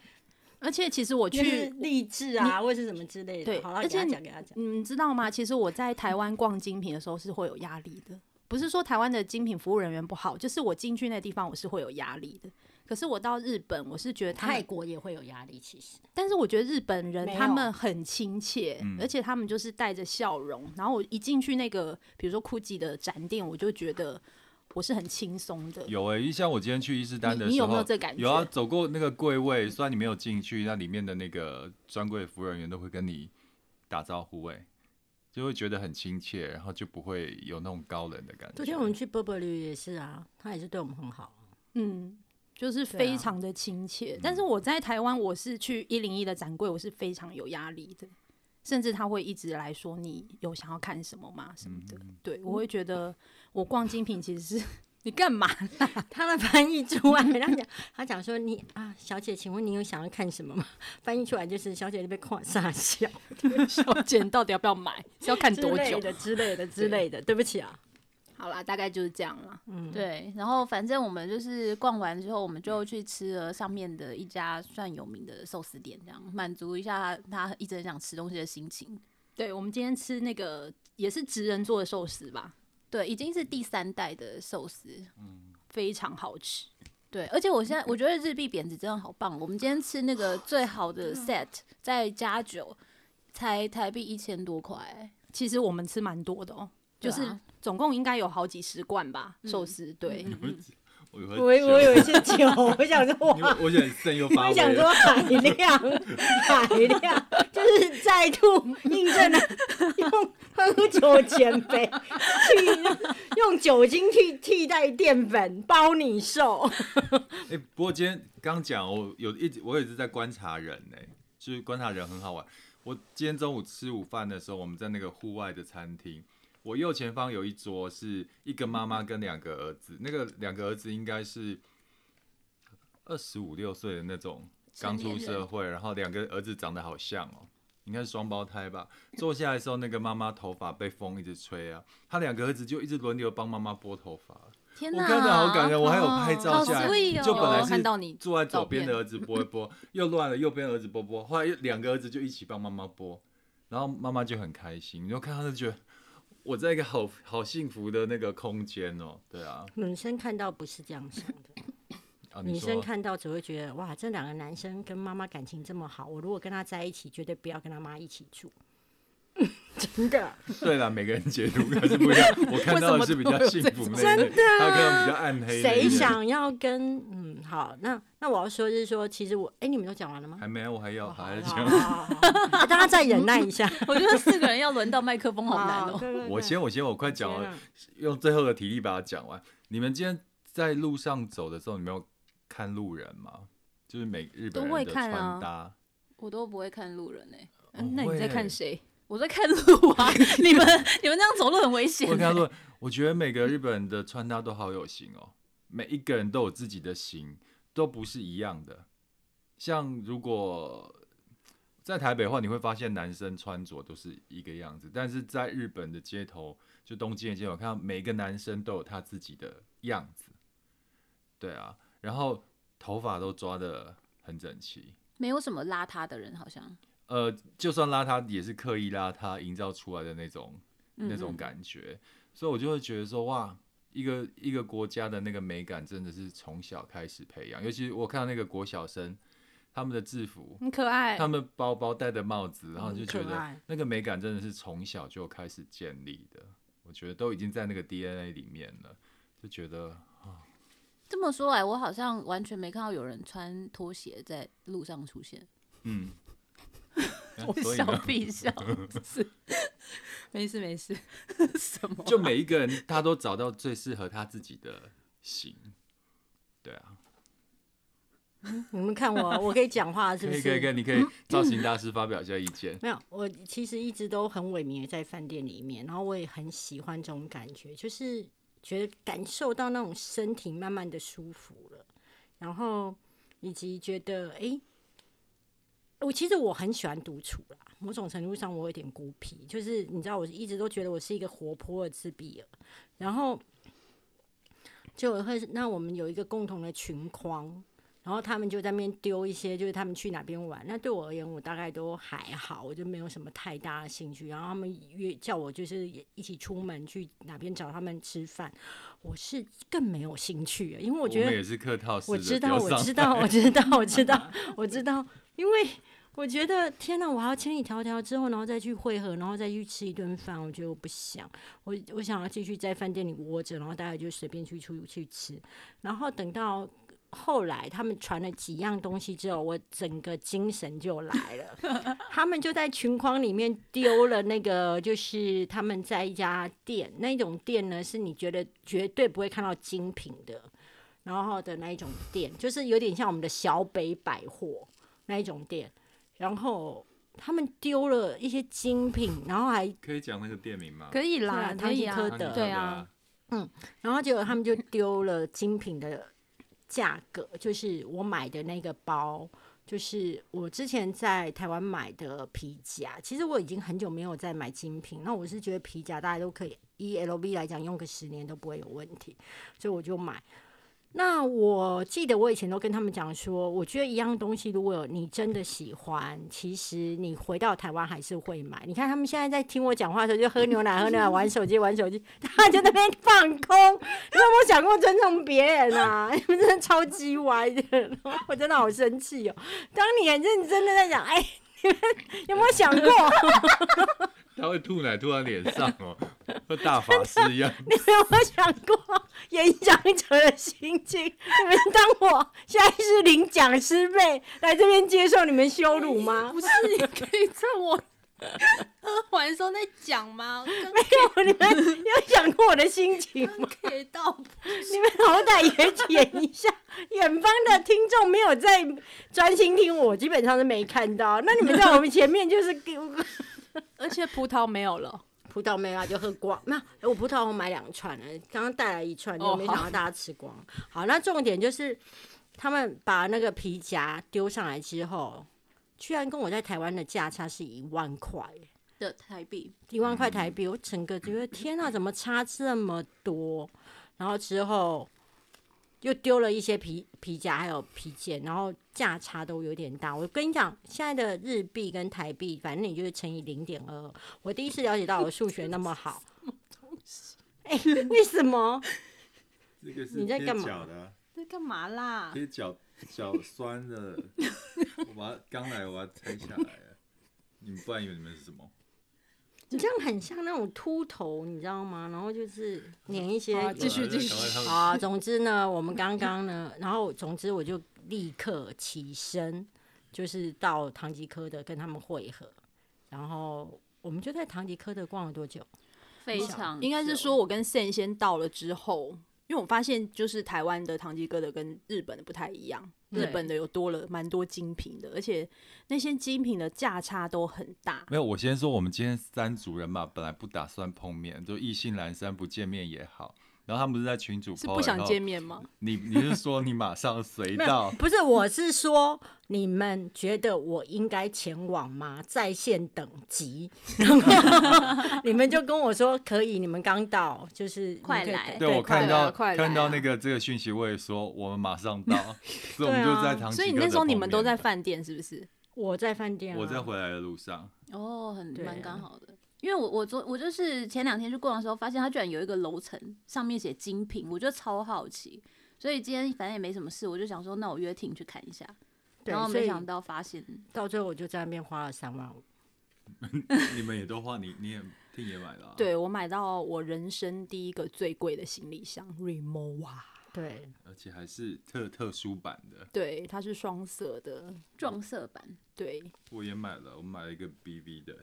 Speaker 1: 而且其实我
Speaker 2: 就是
Speaker 1: 去，
Speaker 2: 励志啊，或是什么之类的。
Speaker 1: 对
Speaker 2: 好了，
Speaker 1: 而
Speaker 2: 给
Speaker 1: 且
Speaker 2: 他
Speaker 1: 你
Speaker 2: 讲，给他讲。
Speaker 1: 你们嗯知道吗？其实我在台湾逛精品的时候是会有压力的，不是说台湾的精品服务人员不好，就是我进去那地方我是会有压力的。可是我到日本，我是觉得他
Speaker 2: 泰
Speaker 1: 们，
Speaker 2: 国也会有压力，其实
Speaker 1: 但是我觉得日本人
Speaker 2: 没有
Speaker 1: 他们很亲切，
Speaker 3: 嗯
Speaker 1: 而且他们就是带着笑容。然后我一进去那个，比如说 GUCCI 的展店，我就觉得我是很轻松的。
Speaker 3: 有哎、像我今天去伊斯丹的时候，
Speaker 1: 你你有没有这感觉
Speaker 3: 有啊，走过那个柜位，虽然你没有进去，那里面的那个专柜服务人员都会跟你打招呼、欸，就会觉得很亲切，然后就不会有那种高冷的感觉。
Speaker 2: 昨天我们去波波驴也是啊，他也是对我们很好。
Speaker 1: 嗯，就是
Speaker 2: 对
Speaker 1: 非
Speaker 2: 啊嗯
Speaker 1: 常的亲切。但是我在台湾，我是去一零一的展柜，我是非常有压力的，甚至他会一直来说你有想要看什么吗？什么的。
Speaker 2: 嗯
Speaker 1: 对我会觉得我逛精品其实是你干嘛？
Speaker 2: 他的翻译之外，他讲 他讲说你啊，小姐，请问你有想要看什么吗？ 翻译出来就是小姐就被夸傻 笑
Speaker 1: 小姐你到底要不要买？是要看
Speaker 2: 之
Speaker 1: 多
Speaker 2: 类
Speaker 1: 久？
Speaker 2: 的之类的之类的。对不起啊，
Speaker 1: 好啦，大概就是这样啦。
Speaker 2: 嗯，
Speaker 4: 对，然后反正我们就是逛完之后，我们就去吃了上面的一家算有名的寿司店，这样满足一下他一直很想吃东西的心情。
Speaker 1: 对，我们今天吃那个也是职人做的寿司吧，
Speaker 4: 对，已经是第三代的寿司，
Speaker 1: 非常好吃。
Speaker 4: 对，而且我现在我觉得日币贬值真的好棒。哦我们今天吃那个最好的 set，再加酒，才台币一千多块、
Speaker 1: 其实我们吃蛮多的哦、就
Speaker 4: 对
Speaker 1: 是
Speaker 4: 啊
Speaker 1: 总共应该有好几十罐吧，
Speaker 2: 嗯
Speaker 1: 寿司。对，
Speaker 3: 我有喝
Speaker 2: 我我有一些酒， 我想说
Speaker 3: 因
Speaker 2: 哇
Speaker 3: 为。我想肾又发
Speaker 2: 我
Speaker 3: 威
Speaker 2: 想
Speaker 3: 了
Speaker 2: 说海量，海量就是再度印证了 用喝酒减肥，去用酒精去替代淀粉，包你瘦。
Speaker 3: 哎、不过今天刚讲，我有一直我也是在观察人呢、就是观察人很好玩。我今天中午吃午饭的时候，我们在那个户外的餐厅，我右前方有一桌是一个妈妈跟两个儿子，那个两个儿子应该是二十五六岁的那种，
Speaker 4: 成
Speaker 3: 刚
Speaker 4: 年
Speaker 3: 出社
Speaker 4: 人
Speaker 3: 会，然后两个儿子长得好像哦、应该是双胞胎吧。坐下来的时候，那个妈妈头发被风一直吹啊，他两个儿子就一直轮流帮妈妈拨头发。
Speaker 4: 天
Speaker 3: 我
Speaker 4: 哪，
Speaker 3: 看到好感人，我还有
Speaker 1: 哦
Speaker 3: 拍照
Speaker 4: 好
Speaker 3: 下来，
Speaker 4: sweet 哦
Speaker 3: 就本来
Speaker 1: 有
Speaker 3: 是
Speaker 1: 看到你
Speaker 3: 坐在左边的
Speaker 4: 照片
Speaker 3: 儿子拨一拨，又乱了右边儿子拨拨，后来又两个儿子就一起帮妈妈拨，然后妈妈就很开心，你就看她就觉得我在一个好好幸福的那个空间哦，对啊，
Speaker 2: 女生看到不是这样想的，
Speaker 3: 啊，
Speaker 2: 女
Speaker 3: 你
Speaker 2: 生
Speaker 3: 说
Speaker 2: 看到只会觉得哇，这两个男生跟妈妈感情这么好，我如果跟他在一起，绝对不要跟他妈一起住。 真 的，
Speaker 3: 对啦，每个人解读还是不一样，我看到的是比较幸福那一类，他看到比较暗黑那一
Speaker 2: 谁
Speaker 3: 类。
Speaker 2: 想要跟嗯好？那那我要说就是说，其实我哎、你们都讲完了吗？
Speaker 3: 还没，啊我还要，
Speaker 2: 哦好
Speaker 3: 还在
Speaker 2: 好
Speaker 3: 讲。
Speaker 2: 好好好哎大家再忍耐一下，
Speaker 4: 我觉得四个人要轮到麦克风好 难哦。
Speaker 2: 对对对
Speaker 3: 我先，我先，我快讲
Speaker 2: 天
Speaker 3: 完，
Speaker 2: 啊
Speaker 3: 用最后的体力把它讲完。你们今天在路上走的时候，你没有看路人吗？就是每日本
Speaker 1: 都会
Speaker 3: 人的
Speaker 1: 看
Speaker 3: 穿
Speaker 1: 啊
Speaker 3: 搭，
Speaker 4: 我都不会看路人哎、
Speaker 3: 哦
Speaker 1: 嗯那你在
Speaker 3: 会
Speaker 1: 看谁？
Speaker 4: 我在看路啊！你们你们这样走路很危险、欸
Speaker 3: 我跟他说，我觉得每个日本人的穿搭都好有型哦，每一个人都有自己的型，都不是一样的。像如果在台北的话，你会发现男生穿着都是一个样子，但是在日本的街头，就东京的街头，看到每个男生都有他自己的样子。对啊，然后头发都抓的很整齐，
Speaker 4: 没有什么邋遢的人，好像
Speaker 3: 呃，就算邋遢也是刻意邋遢营造出来的那种那种感觉，所以我就会觉得说，哇，一个一个国家的那个美感真的是从小开始培养，尤其我看到那个国小生他们的制服、
Speaker 1: 很可爱
Speaker 3: 他。们包包戴的帽子，然后
Speaker 2: 嗯
Speaker 3: 就觉
Speaker 2: 可
Speaker 3: 得
Speaker 2: 爱
Speaker 3: 那个美感真的是从小就开始建立的，我觉得都已经在那个 DNA 里面了，就觉得
Speaker 4: 这么说来，我好像完全没看到有人穿拖鞋在路上出现。
Speaker 3: 嗯。
Speaker 1: 我
Speaker 3: 所以
Speaker 1: 笑
Speaker 3: 呢，
Speaker 1: 必笑，是没事没事，什么？
Speaker 3: 就每一个人他都找到最适合他自己的型，对啊。
Speaker 2: 你们看我，我可以讲话是不嗯
Speaker 3: 可以
Speaker 2: 是？
Speaker 3: 可以可以，你可以造型大师发表一下意见。
Speaker 2: 没有，我其实一直都很萎靡在饭店里面，然后我也很喜欢这种感觉，就是觉得感受到那种身体慢慢的舒服了，然后以及觉得诶，我其实我很喜欢独处啦，某种程度上我有点孤僻，就是你知道，我一直都觉得我是一个活泼的自闭儿，然后就我会那我们有一个共同的群框，然后他们就在那边丢一些，就是他们去哪边玩。那对我而言，我大概都还好，我就没有什么太大的兴趣。然后他们约叫我就是也一起出门去哪边找他们吃饭，我是更没有兴趣的，因为我
Speaker 3: 我
Speaker 2: 觉
Speaker 3: 们
Speaker 2: 得
Speaker 3: 也是客套式
Speaker 2: 我
Speaker 3: 的，
Speaker 2: 知
Speaker 3: 不
Speaker 2: 道，
Speaker 3: 要
Speaker 2: 我
Speaker 3: 上
Speaker 2: 知道， 我知道，我知道，我知道，因为我觉得天哪，我还要千里迢迢之后，然后再去汇合，然后再去吃一顿饭，我觉得我不想，我我想要继续在饭店里窝着，然后大家就随便去出去吃，然后等到。后来他们传了几样东西之后，我整个精神就来了。 他们就在群框里面丢了那个，就是他们在一家店，那种店呢是你觉得绝对不会看到精品的，然后的那一种店，就是有点像我们的小北百货那一种店。然后他们丢了一些精品，然后还
Speaker 3: 可以讲那个店名吗？
Speaker 1: 可以
Speaker 2: 对
Speaker 1: 啦
Speaker 2: 啊，
Speaker 1: 可以
Speaker 2: 唐吉
Speaker 1: 啊
Speaker 2: 诃，
Speaker 3: 啊
Speaker 2: 德
Speaker 3: 你
Speaker 1: 对
Speaker 3: 好的
Speaker 1: 啊，
Speaker 2: 然后结果他们就丢了精品的价格，就是我买的那个包，就是我之前在台湾买的皮夹。其实我已经很久没有再买精品，那我是觉得皮夹大家都可以，以 LV 来讲用个十年都不会有问题，所以我就买。那我记得我以前都跟他们讲说，我觉得一样东西，如果你真的喜欢，其实你回到台湾还是会买。你看他们现在在听我讲话的时候，就喝牛奶、喝牛奶、玩手机、玩手机， 他就在那边放空，你有没有想过尊重别人啊？ 你们真的超级歪的， 我真的好生气哦！当你很认真的在讲，哎、 你们有没有想过？
Speaker 3: 他会吐奶吐到脸上哦， 和大法师 一样。
Speaker 2: 你们有没有想过演讲者的心情？你们当我现在是领讲师费来这边接受你们羞辱吗？
Speaker 1: 不是你可以趁我喝完的时候再讲吗？刚
Speaker 2: 你们有想过我的心情吗？
Speaker 1: 刚可以 到
Speaker 2: 你们好歹也演一下，远方的听众没有在专心听我，基本上是没看到。那你们在我们前面就是给我
Speaker 1: 而且葡萄没有了，
Speaker 2: 葡萄没有啊，就喝光。那哎我葡萄我买两串了，刚刚带来一串，就
Speaker 1: 哦
Speaker 2: 没想到大家吃光。好，那重点就是他们把那个皮夹丢上来之后，居然跟我在台湾的价差是一万块，
Speaker 4: 的台币，
Speaker 2: 一万块台币，我整个觉得天啊，怎么差这么多？然后之后又丢了一些皮皮夹还有皮件，然后价差都有点大。我跟你讲，现在的日币跟台币，反正你就是乘以零点二二。我第一次了解到我数学那 么好，哎、为什么？
Speaker 3: 这个
Speaker 2: 你在干嘛
Speaker 3: 的啊，
Speaker 4: 在干嘛啦？
Speaker 3: 贴脚脚酸的，我把它刚来我把它拆下来了。你们不然以为你们是什么？
Speaker 2: 你这样很像那种秃头，你知道吗？然后就是粘一些
Speaker 1: 好继续
Speaker 3: 好
Speaker 1: 继续
Speaker 3: 赶快他们
Speaker 2: 啊，总之呢，我们刚刚呢，然后总之我就立刻起身，就是到唐吉诃德跟他们会合，然后我们就在唐吉诃德逛了多久？
Speaker 4: 非
Speaker 2: 嗯
Speaker 4: 常
Speaker 1: 应该
Speaker 2: 哦
Speaker 1: 是
Speaker 4: 久
Speaker 1: 说，我跟 Sen 先到了之后，因为我发现就是台湾的唐吉诃德跟日本的不太一样，
Speaker 4: 对
Speaker 1: 日本的有多了蛮多精品的，而且那些精品的价差都很大。
Speaker 3: 没有，我先说，我们今天三组人嘛，本来不打算碰面，就意兴阑珊，不见面也好。然后他们不是在群主
Speaker 1: 是
Speaker 3: po
Speaker 1: 不想
Speaker 3: 然后
Speaker 1: 见面吗？
Speaker 3: 你，你是说你马上随
Speaker 2: 没
Speaker 3: 到
Speaker 2: 有，？不是，我是说你们觉得我应该前往吗？在线等级， 然后你们就跟我说可以，你们刚到，就是你
Speaker 4: 快
Speaker 2: 可以
Speaker 4: 来
Speaker 2: 等
Speaker 3: 对，
Speaker 4: 对
Speaker 3: 我
Speaker 4: 快
Speaker 3: 看
Speaker 4: 来
Speaker 3: 到
Speaker 4: 啊快来
Speaker 3: 看到那
Speaker 4: 啊
Speaker 3: 个这个讯息，我也说我们马上 到，所以我
Speaker 2: 对
Speaker 3: 们就
Speaker 2: 啊
Speaker 3: 在唐吉诃德
Speaker 1: 所以你那时候你们都在
Speaker 3: 碰
Speaker 1: 饭店是不
Speaker 3: 哦
Speaker 1: 是？
Speaker 2: 我在饭店、啊，
Speaker 3: 面，我在回来的路上，
Speaker 4: 哦，很
Speaker 2: 对
Speaker 4: 蛮刚好的。因为我我昨我就是前两天去逛的时候，发现它居然有一个楼层上面写精品，我就超好奇。所以今天反正也没什么事，我就想说，那我约婷去看一下。
Speaker 2: 对，
Speaker 4: 然后
Speaker 2: 所
Speaker 4: 没
Speaker 2: 以
Speaker 4: 想到发现，
Speaker 2: 到最后我就在那边花了三万五。
Speaker 3: 你们也都花，你你也听也买了、啊，，
Speaker 1: 对我买到我人生第一个最贵的行李箱 Remova，
Speaker 2: 对，
Speaker 3: 而且还是特特殊版的，
Speaker 1: 对，它是双色的，
Speaker 4: 撞色版，
Speaker 1: 对。
Speaker 3: 我也买了，我买了一个 BV 的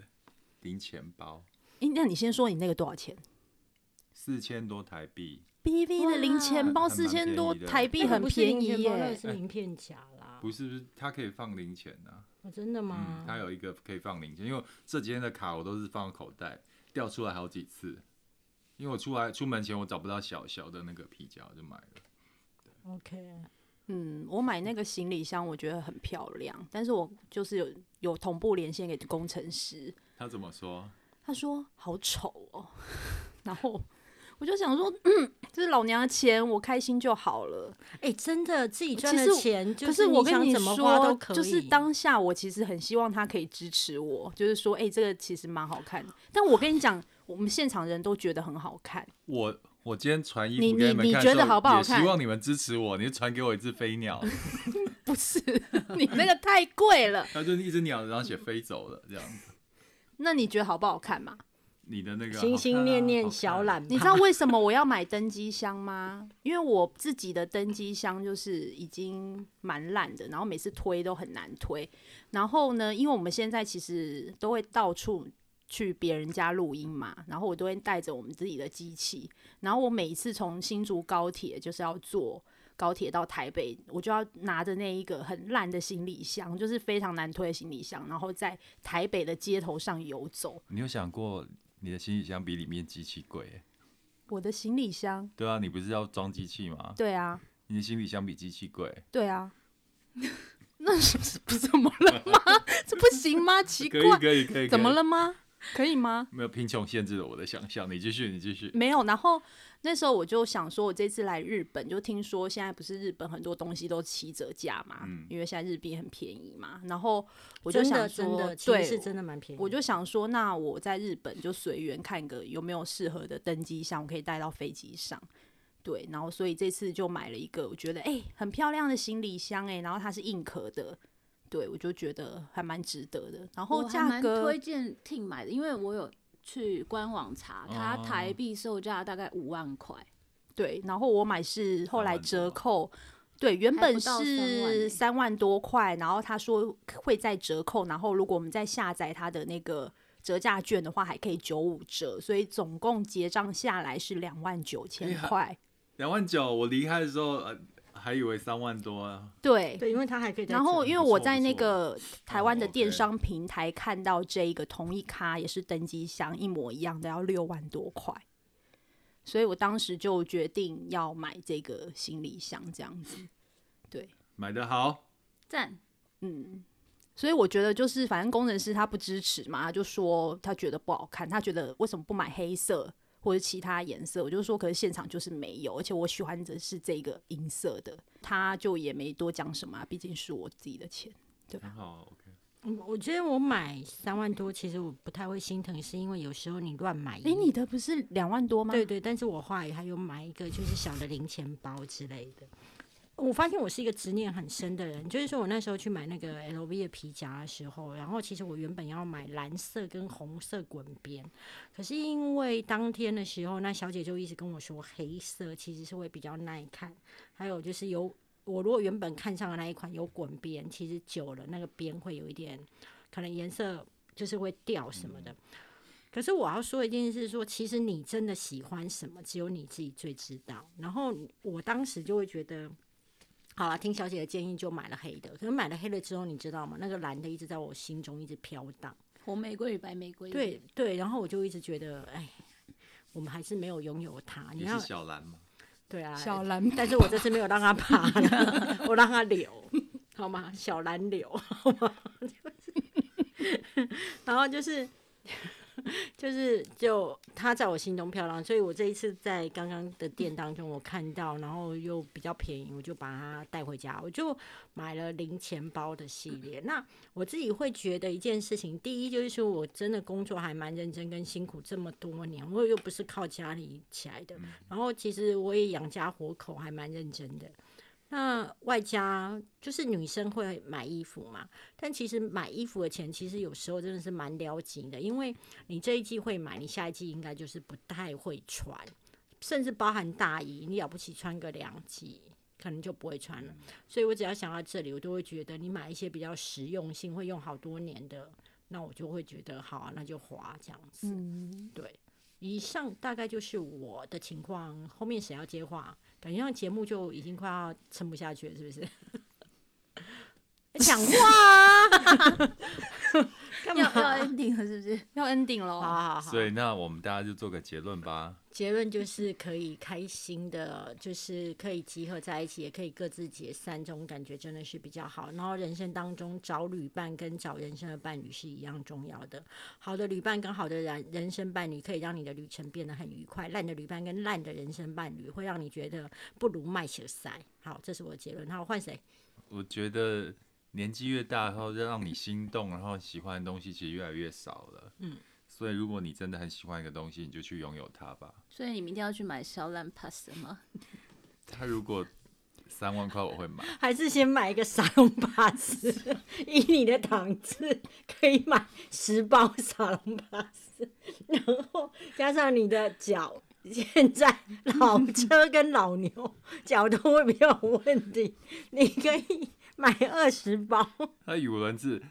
Speaker 3: 零钱包，
Speaker 1: 诶，那你先说你那个多少钱
Speaker 3: 四千多台币，
Speaker 1: ？B V 的零钱包
Speaker 3: 哇
Speaker 1: 四千多
Speaker 3: 还蛮便宜的
Speaker 1: 台币，
Speaker 2: 那个
Speaker 1: 很
Speaker 2: 不是
Speaker 1: 便宜
Speaker 2: 零钱包那个
Speaker 1: 耶。
Speaker 2: 是名片夹啦。
Speaker 3: 不是不是，它可以放零钱呐、啊，
Speaker 2: 哦，真的吗
Speaker 3: 嗯，？它有一个可以放零钱，因为这几天的卡我都是放口袋，掉出来好几次。因为我出来出门前我找不到小小的那个皮夹，我就买了。
Speaker 2: OK，
Speaker 1: 嗯，我买那个行李箱，我觉得很漂亮，但是我就是有有同步连线给工程师，
Speaker 3: 他怎么说？
Speaker 1: 他说好丑哦， 然后我就想说， 嗯，这是老娘的钱，我开心就好了。
Speaker 2: 哎、真的自己赚
Speaker 1: 其
Speaker 2: 的
Speaker 1: 实我
Speaker 2: 钱，
Speaker 1: 可
Speaker 2: 就是是
Speaker 1: 我跟
Speaker 2: 想
Speaker 1: 你
Speaker 2: 怎么花
Speaker 1: 说
Speaker 2: 都，可以。
Speaker 1: 就是当下我其实很希望他可以支持我，就是说，哎、这个其实蛮好看的。但我跟你讲，我们现场人都觉得很好看，
Speaker 3: 我我今天传衣
Speaker 1: 你
Speaker 3: 服给
Speaker 1: 你
Speaker 3: 们
Speaker 1: 你
Speaker 3: 看的
Speaker 1: 觉
Speaker 3: 时
Speaker 1: 得
Speaker 3: 候
Speaker 1: 好不好
Speaker 3: 也
Speaker 1: 看
Speaker 3: 希望你们支持我，你就传给我一只飞鸟，
Speaker 1: 不是你那个太贵了。
Speaker 3: 它就是一只鸟，然后写飞走了这样子。
Speaker 1: 那你觉得好不好看嘛？
Speaker 3: 你的那个啊
Speaker 2: 心心念念小懒
Speaker 3: 懒，
Speaker 2: 趴，
Speaker 1: 你知道为什么我要买登机箱吗？因为我自己的登机箱就是已经蛮烂的，然后每次推都很难推。然后呢，因为我们现在其实都会到处去别人家录音嘛，然后我都会带着我们自己的机器。然后我每一次从新竹高铁就是要坐高铁到台北，我就要拿着那一个很烂的行李箱，就是非常难推的行李箱，然后在台北的街头上游走。
Speaker 3: 你有想过你的行李箱比里面机器贵、欸？
Speaker 1: 我的行李箱，
Speaker 3: 对啊，你不是要装机器吗？
Speaker 1: 对啊。
Speaker 3: 你的行李箱比机器贵，
Speaker 1: 对啊， 那是不怎么了吗？ 这不行 吗？奇怪
Speaker 3: 可，以可以可以，
Speaker 1: 怎么
Speaker 3: 可以？
Speaker 1: 了吗？可以吗？
Speaker 3: 没有贫穷限制了我的想象，你继续你继续。
Speaker 1: 没有。然后那时候我就想说，我这次来日本，就听说现在不是日本很多东西都七折价嘛，
Speaker 3: 嗯
Speaker 1: 因为现在日币很便宜嘛。然后我就
Speaker 2: 真的
Speaker 1: 想
Speaker 2: 真
Speaker 1: 说，
Speaker 2: 的，其实
Speaker 1: 对，
Speaker 2: 是真的蛮便宜。
Speaker 1: 我就想说，那我在日本就随缘看个有没有适合的登机箱，我可以带到飞机上。对，然后所以这次就买了一个，我觉得哎、诶很漂亮的行李箱哎、诶然后它是硬壳的，对我就觉得还蛮值得的。然后
Speaker 4: 我还
Speaker 1: 哦价
Speaker 4: 蛮
Speaker 1: 格
Speaker 4: 推荐 Ting 买的，因为我有去官网查，它
Speaker 3: 哦
Speaker 4: 台币售价大概五万块，
Speaker 1: 对，然后我买是后
Speaker 3: 三
Speaker 1: 来
Speaker 3: 万多
Speaker 1: 折
Speaker 3: 吗
Speaker 1: 扣，对，原
Speaker 4: 还
Speaker 1: 本
Speaker 4: 不到三万
Speaker 1: 是
Speaker 4: 欸
Speaker 1: 三万多块，然后他说会再折扣，然后如果我们再下载他的那个折价券的话，还可以九五折，所以总共结账下来是两万九千
Speaker 3: 哎还
Speaker 1: 块，
Speaker 3: 两万九，我离开的时候、呃、还以为三万多啊。
Speaker 1: 对。
Speaker 2: 对，因为它还可以再折。
Speaker 1: 然后，因为
Speaker 3: 不
Speaker 1: 我
Speaker 3: 错
Speaker 1: 在
Speaker 3: 不
Speaker 1: 那
Speaker 3: 错
Speaker 1: 个台湾的
Speaker 3: 哦
Speaker 1: 电
Speaker 3: ，OK
Speaker 1: 商平台看到这一个同一咖也是登机箱一模一样的，要六万多块，所以我当时就决定要买这个行李箱这样子。对，
Speaker 3: 买的好，
Speaker 4: 赞！
Speaker 1: 嗯，所以我觉得就是，反正工程师他不支持嘛，他就说他觉得不好看，他觉得为什么不买黑色？或者其他颜色，我就说，可是现场就是没有，而且我喜欢的是这个银色的，他就也没多讲什么、啊，毕竟是我自己的钱。
Speaker 3: 很好，OK。
Speaker 2: 我我觉得我买三万多，其实我不太会心疼，是因为有时候哎你乱买。
Speaker 1: 诶，你的不是两万多吗？
Speaker 2: 对对，但是我后来还有买一个就是小的零钱包之类的。我发现我是一个执念很深的人，就是说我那时候去买那个 LV 的皮夹的时候，然后其实我原本要买蓝色跟红色滚边，可是因为当天的时候，那小姐就一直跟我说黑色其实是会比较耐看，还有就是有我如果原本看上的那一款有滚边，其实久了那个边会有一点，可能颜色就是会掉什么的。可是我要说一件事说其实你真的喜欢什么，只有你自己最知道。然后我当时就会觉得，好了，听小姐的建议就买了黑的。可是买了黑的之后，你知道吗？那个蓝的一直在我心中一直飘荡。
Speaker 4: 红玫瑰与白玫瑰，
Speaker 2: 对对，然后我就一直觉得，哎，我们还是没有拥有它。你
Speaker 3: 也
Speaker 2: 要
Speaker 3: 是小蓝吗？
Speaker 2: 对啊，
Speaker 1: 蓝
Speaker 2: 但是我这次没有让它爬， 我让它流，好吗？小蓝流，好吗？然后就是就是就它在我心中漂亮，所以我这一次在刚刚的店当中我看到，然后又比较便宜，我就把它带回家，我就买了零钱包的系列。那我自己会觉得一件事情，第一就是说我真的工作还蛮认真跟辛苦这么多年，我又不是靠家里起来的，然后其实我也养家活口，还蛮认真的。那外加就是女生会买衣服嘛，但其实买衣服的钱其实有时候真的是蛮撩紧的，因为你这一季会买，你下一季应该就是不太会穿，甚至包含大衣，你了不起穿个两季可能就不会穿了。所以我只要想到这里，我都会觉得你买一些比较实用性、会用好多年的，那我就会觉得好啊，那就花这样子。
Speaker 1: 嗯，
Speaker 2: 对，以上大概就是我的情况。后面谁要接话？感觉上节目就已经快要撑不下去了，是不是？ 讲话 啊！ 干嘛？
Speaker 4: 要要 ending 了是不是？
Speaker 1: 要 ending
Speaker 2: 好
Speaker 1: 了，
Speaker 2: 好好，
Speaker 3: 所以那我们大家就做个结论吧。
Speaker 2: 结论就是可以开心的，就是可以集合在一起，也可以各自解散，这种感觉真的是比较好。然后人生当中找旅伴跟找人生的伴侣是一样重要的。好的旅伴跟好的人人生伴侣可以让你的旅程变得很愉快，烂的旅伴跟烂的人生伴侣会让你觉得不如卖血塞。好，这是我的结论。好，换谁？
Speaker 3: 我觉得年纪越大，然后让你心动，然后喜欢的东西其实越来越少了。
Speaker 2: 嗯，
Speaker 3: 所以如果你真的很喜欢一个东西，你就去拥有它吧。
Speaker 4: 所以你明天要去买小烂 pasta 吗？
Speaker 3: 它如果三万块，我会买。
Speaker 2: 还是先买一个沙龙巴斯？以你的档次，可以买十包沙龙巴斯， 然后加上你的脚。现在老车跟老牛脚都会比较有问题， 你可以买二十包。
Speaker 3: 那语文字，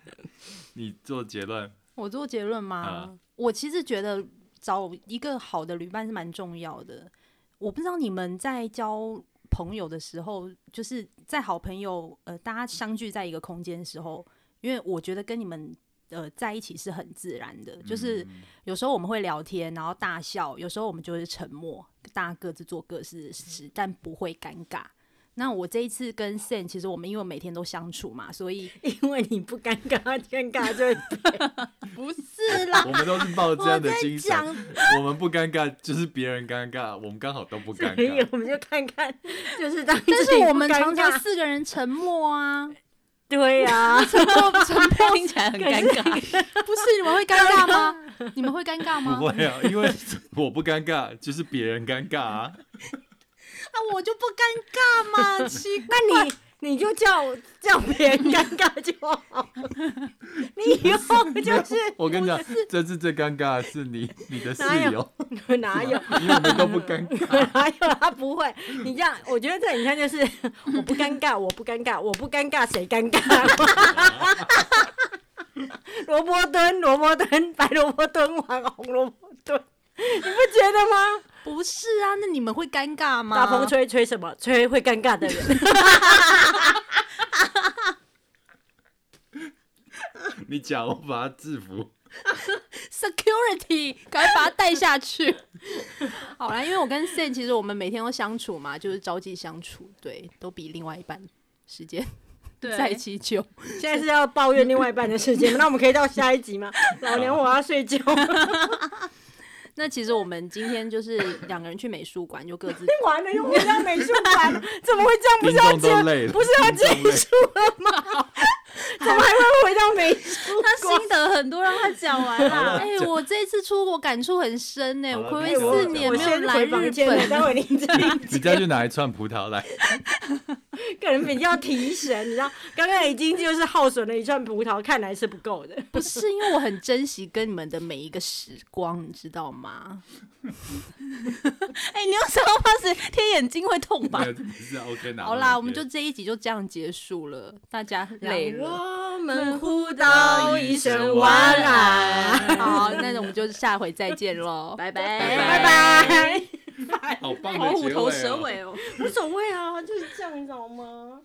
Speaker 3: 你做结论，
Speaker 1: 我做结论吗？
Speaker 3: 啊
Speaker 1: 我其实觉得找一个好的旅伴是蛮重要的。我不知道你们在交朋友的时候，就是在好朋友呃大家相聚在一个空间的时候，因为我觉得跟你们呃在一起是很自然的，就是。
Speaker 3: 嗯
Speaker 1: 有时候我们会聊天，然后大笑；有时候我们就会沉默，大家各自做各自的事，但不会尴尬。那我这一次跟 Sen，其实我们因为每天都相处嘛，所以
Speaker 2: 因为你不尴尬，尴尬就
Speaker 1: 不是啦，
Speaker 3: 我们都是抱着这样的精神
Speaker 1: 讲，
Speaker 3: 我们不尴尬，就是别人尴尬，我们刚好都不尴
Speaker 2: 所以
Speaker 3: 尬。
Speaker 2: 我们就看看，就是当
Speaker 1: 但
Speaker 2: 自己
Speaker 1: 是
Speaker 2: 不
Speaker 1: 我们
Speaker 2: 尴
Speaker 1: 常常
Speaker 2: 尬
Speaker 1: 四个人沉默啊，
Speaker 2: 对啊呀、
Speaker 1: 沉默沉默，
Speaker 4: 听起来很尴尬。
Speaker 1: 不是你们会尴尬吗？你们会尴尬吗
Speaker 3: 不？会啊，因为我不尴尬，就是别人尴尬啊。
Speaker 1: 啊，我就不尴尬 嘛，奇怪。
Speaker 2: 那你你就叫叫别人尴尬就好，你以后就是
Speaker 3: 我跟你讲，这次最尴尬的是你，你的室
Speaker 2: 哪
Speaker 3: 友，
Speaker 2: 哪有
Speaker 3: 因为我们都不尴尬。
Speaker 2: 哪有他不会，你这样，我觉得这你看就是我不尴尬，我不尴尬，我不尴尬，谁尴 尬？萝卜蹲，萝卜蹲，白萝卜蹲完红萝卜蹲，你不觉得吗？
Speaker 1: 不是啊，那你们会尴尬吗？
Speaker 2: 大风吹吹什么？吹会尴尬的人。
Speaker 3: 你讲，我把他制服。
Speaker 1: security，赶快把他带下去。 好啦，因为我跟 Sen 其实我们每天都相处嘛，就是朝夕相处，对，都比另外一半时间
Speaker 4: 对
Speaker 1: 在一起久。
Speaker 2: 现在是要抱怨另外一半的事情吗，那我们可以到下一集吗？老娘我要睡觉。
Speaker 1: 那其实我们今天就是两个人去美术馆，就各自
Speaker 2: 完了又回到美术馆，怎么会这样？不是要
Speaker 3: 听众都累
Speaker 2: 结，
Speaker 3: 了
Speaker 2: 不是要结束了吗？怎么还会回到美术？
Speaker 4: 他心得很多，让他讲完啦。
Speaker 1: 哎、我这次出国感触很深呢、
Speaker 3: 好
Speaker 1: 我
Speaker 3: 了
Speaker 1: 暌
Speaker 3: 哎
Speaker 1: 违
Speaker 3: 我
Speaker 1: 四年
Speaker 2: 我
Speaker 1: 没有
Speaker 2: 哎先
Speaker 1: 来
Speaker 2: 回房
Speaker 1: 日
Speaker 2: 间了，待
Speaker 1: 本，
Speaker 2: 会你这里
Speaker 3: 你再去拿一串葡萄来，
Speaker 2: 个人比较提神，你知道，刚刚已经就是耗损了一串葡萄，看来是不够的。
Speaker 1: 不是因为我很珍惜跟你们的每一个时光，你知道吗？
Speaker 4: 哎，你用什么方式贴眼睛会痛吧
Speaker 3: 那？个是 OK 拿到那边。
Speaker 1: 好啦，我们就这一集就这样结束了，大家累了。
Speaker 2: 我们互道一声晚安，
Speaker 1: 好，那我们就下回再见喽，拜拜
Speaker 3: 拜
Speaker 2: 拜拜。
Speaker 3: 好棒
Speaker 4: 好
Speaker 3: 的结
Speaker 4: 虎
Speaker 3: 尾
Speaker 4: 头
Speaker 3: 哦
Speaker 4: 蛇尾哦。
Speaker 2: 无所谓啊，就是这样，你知道吗？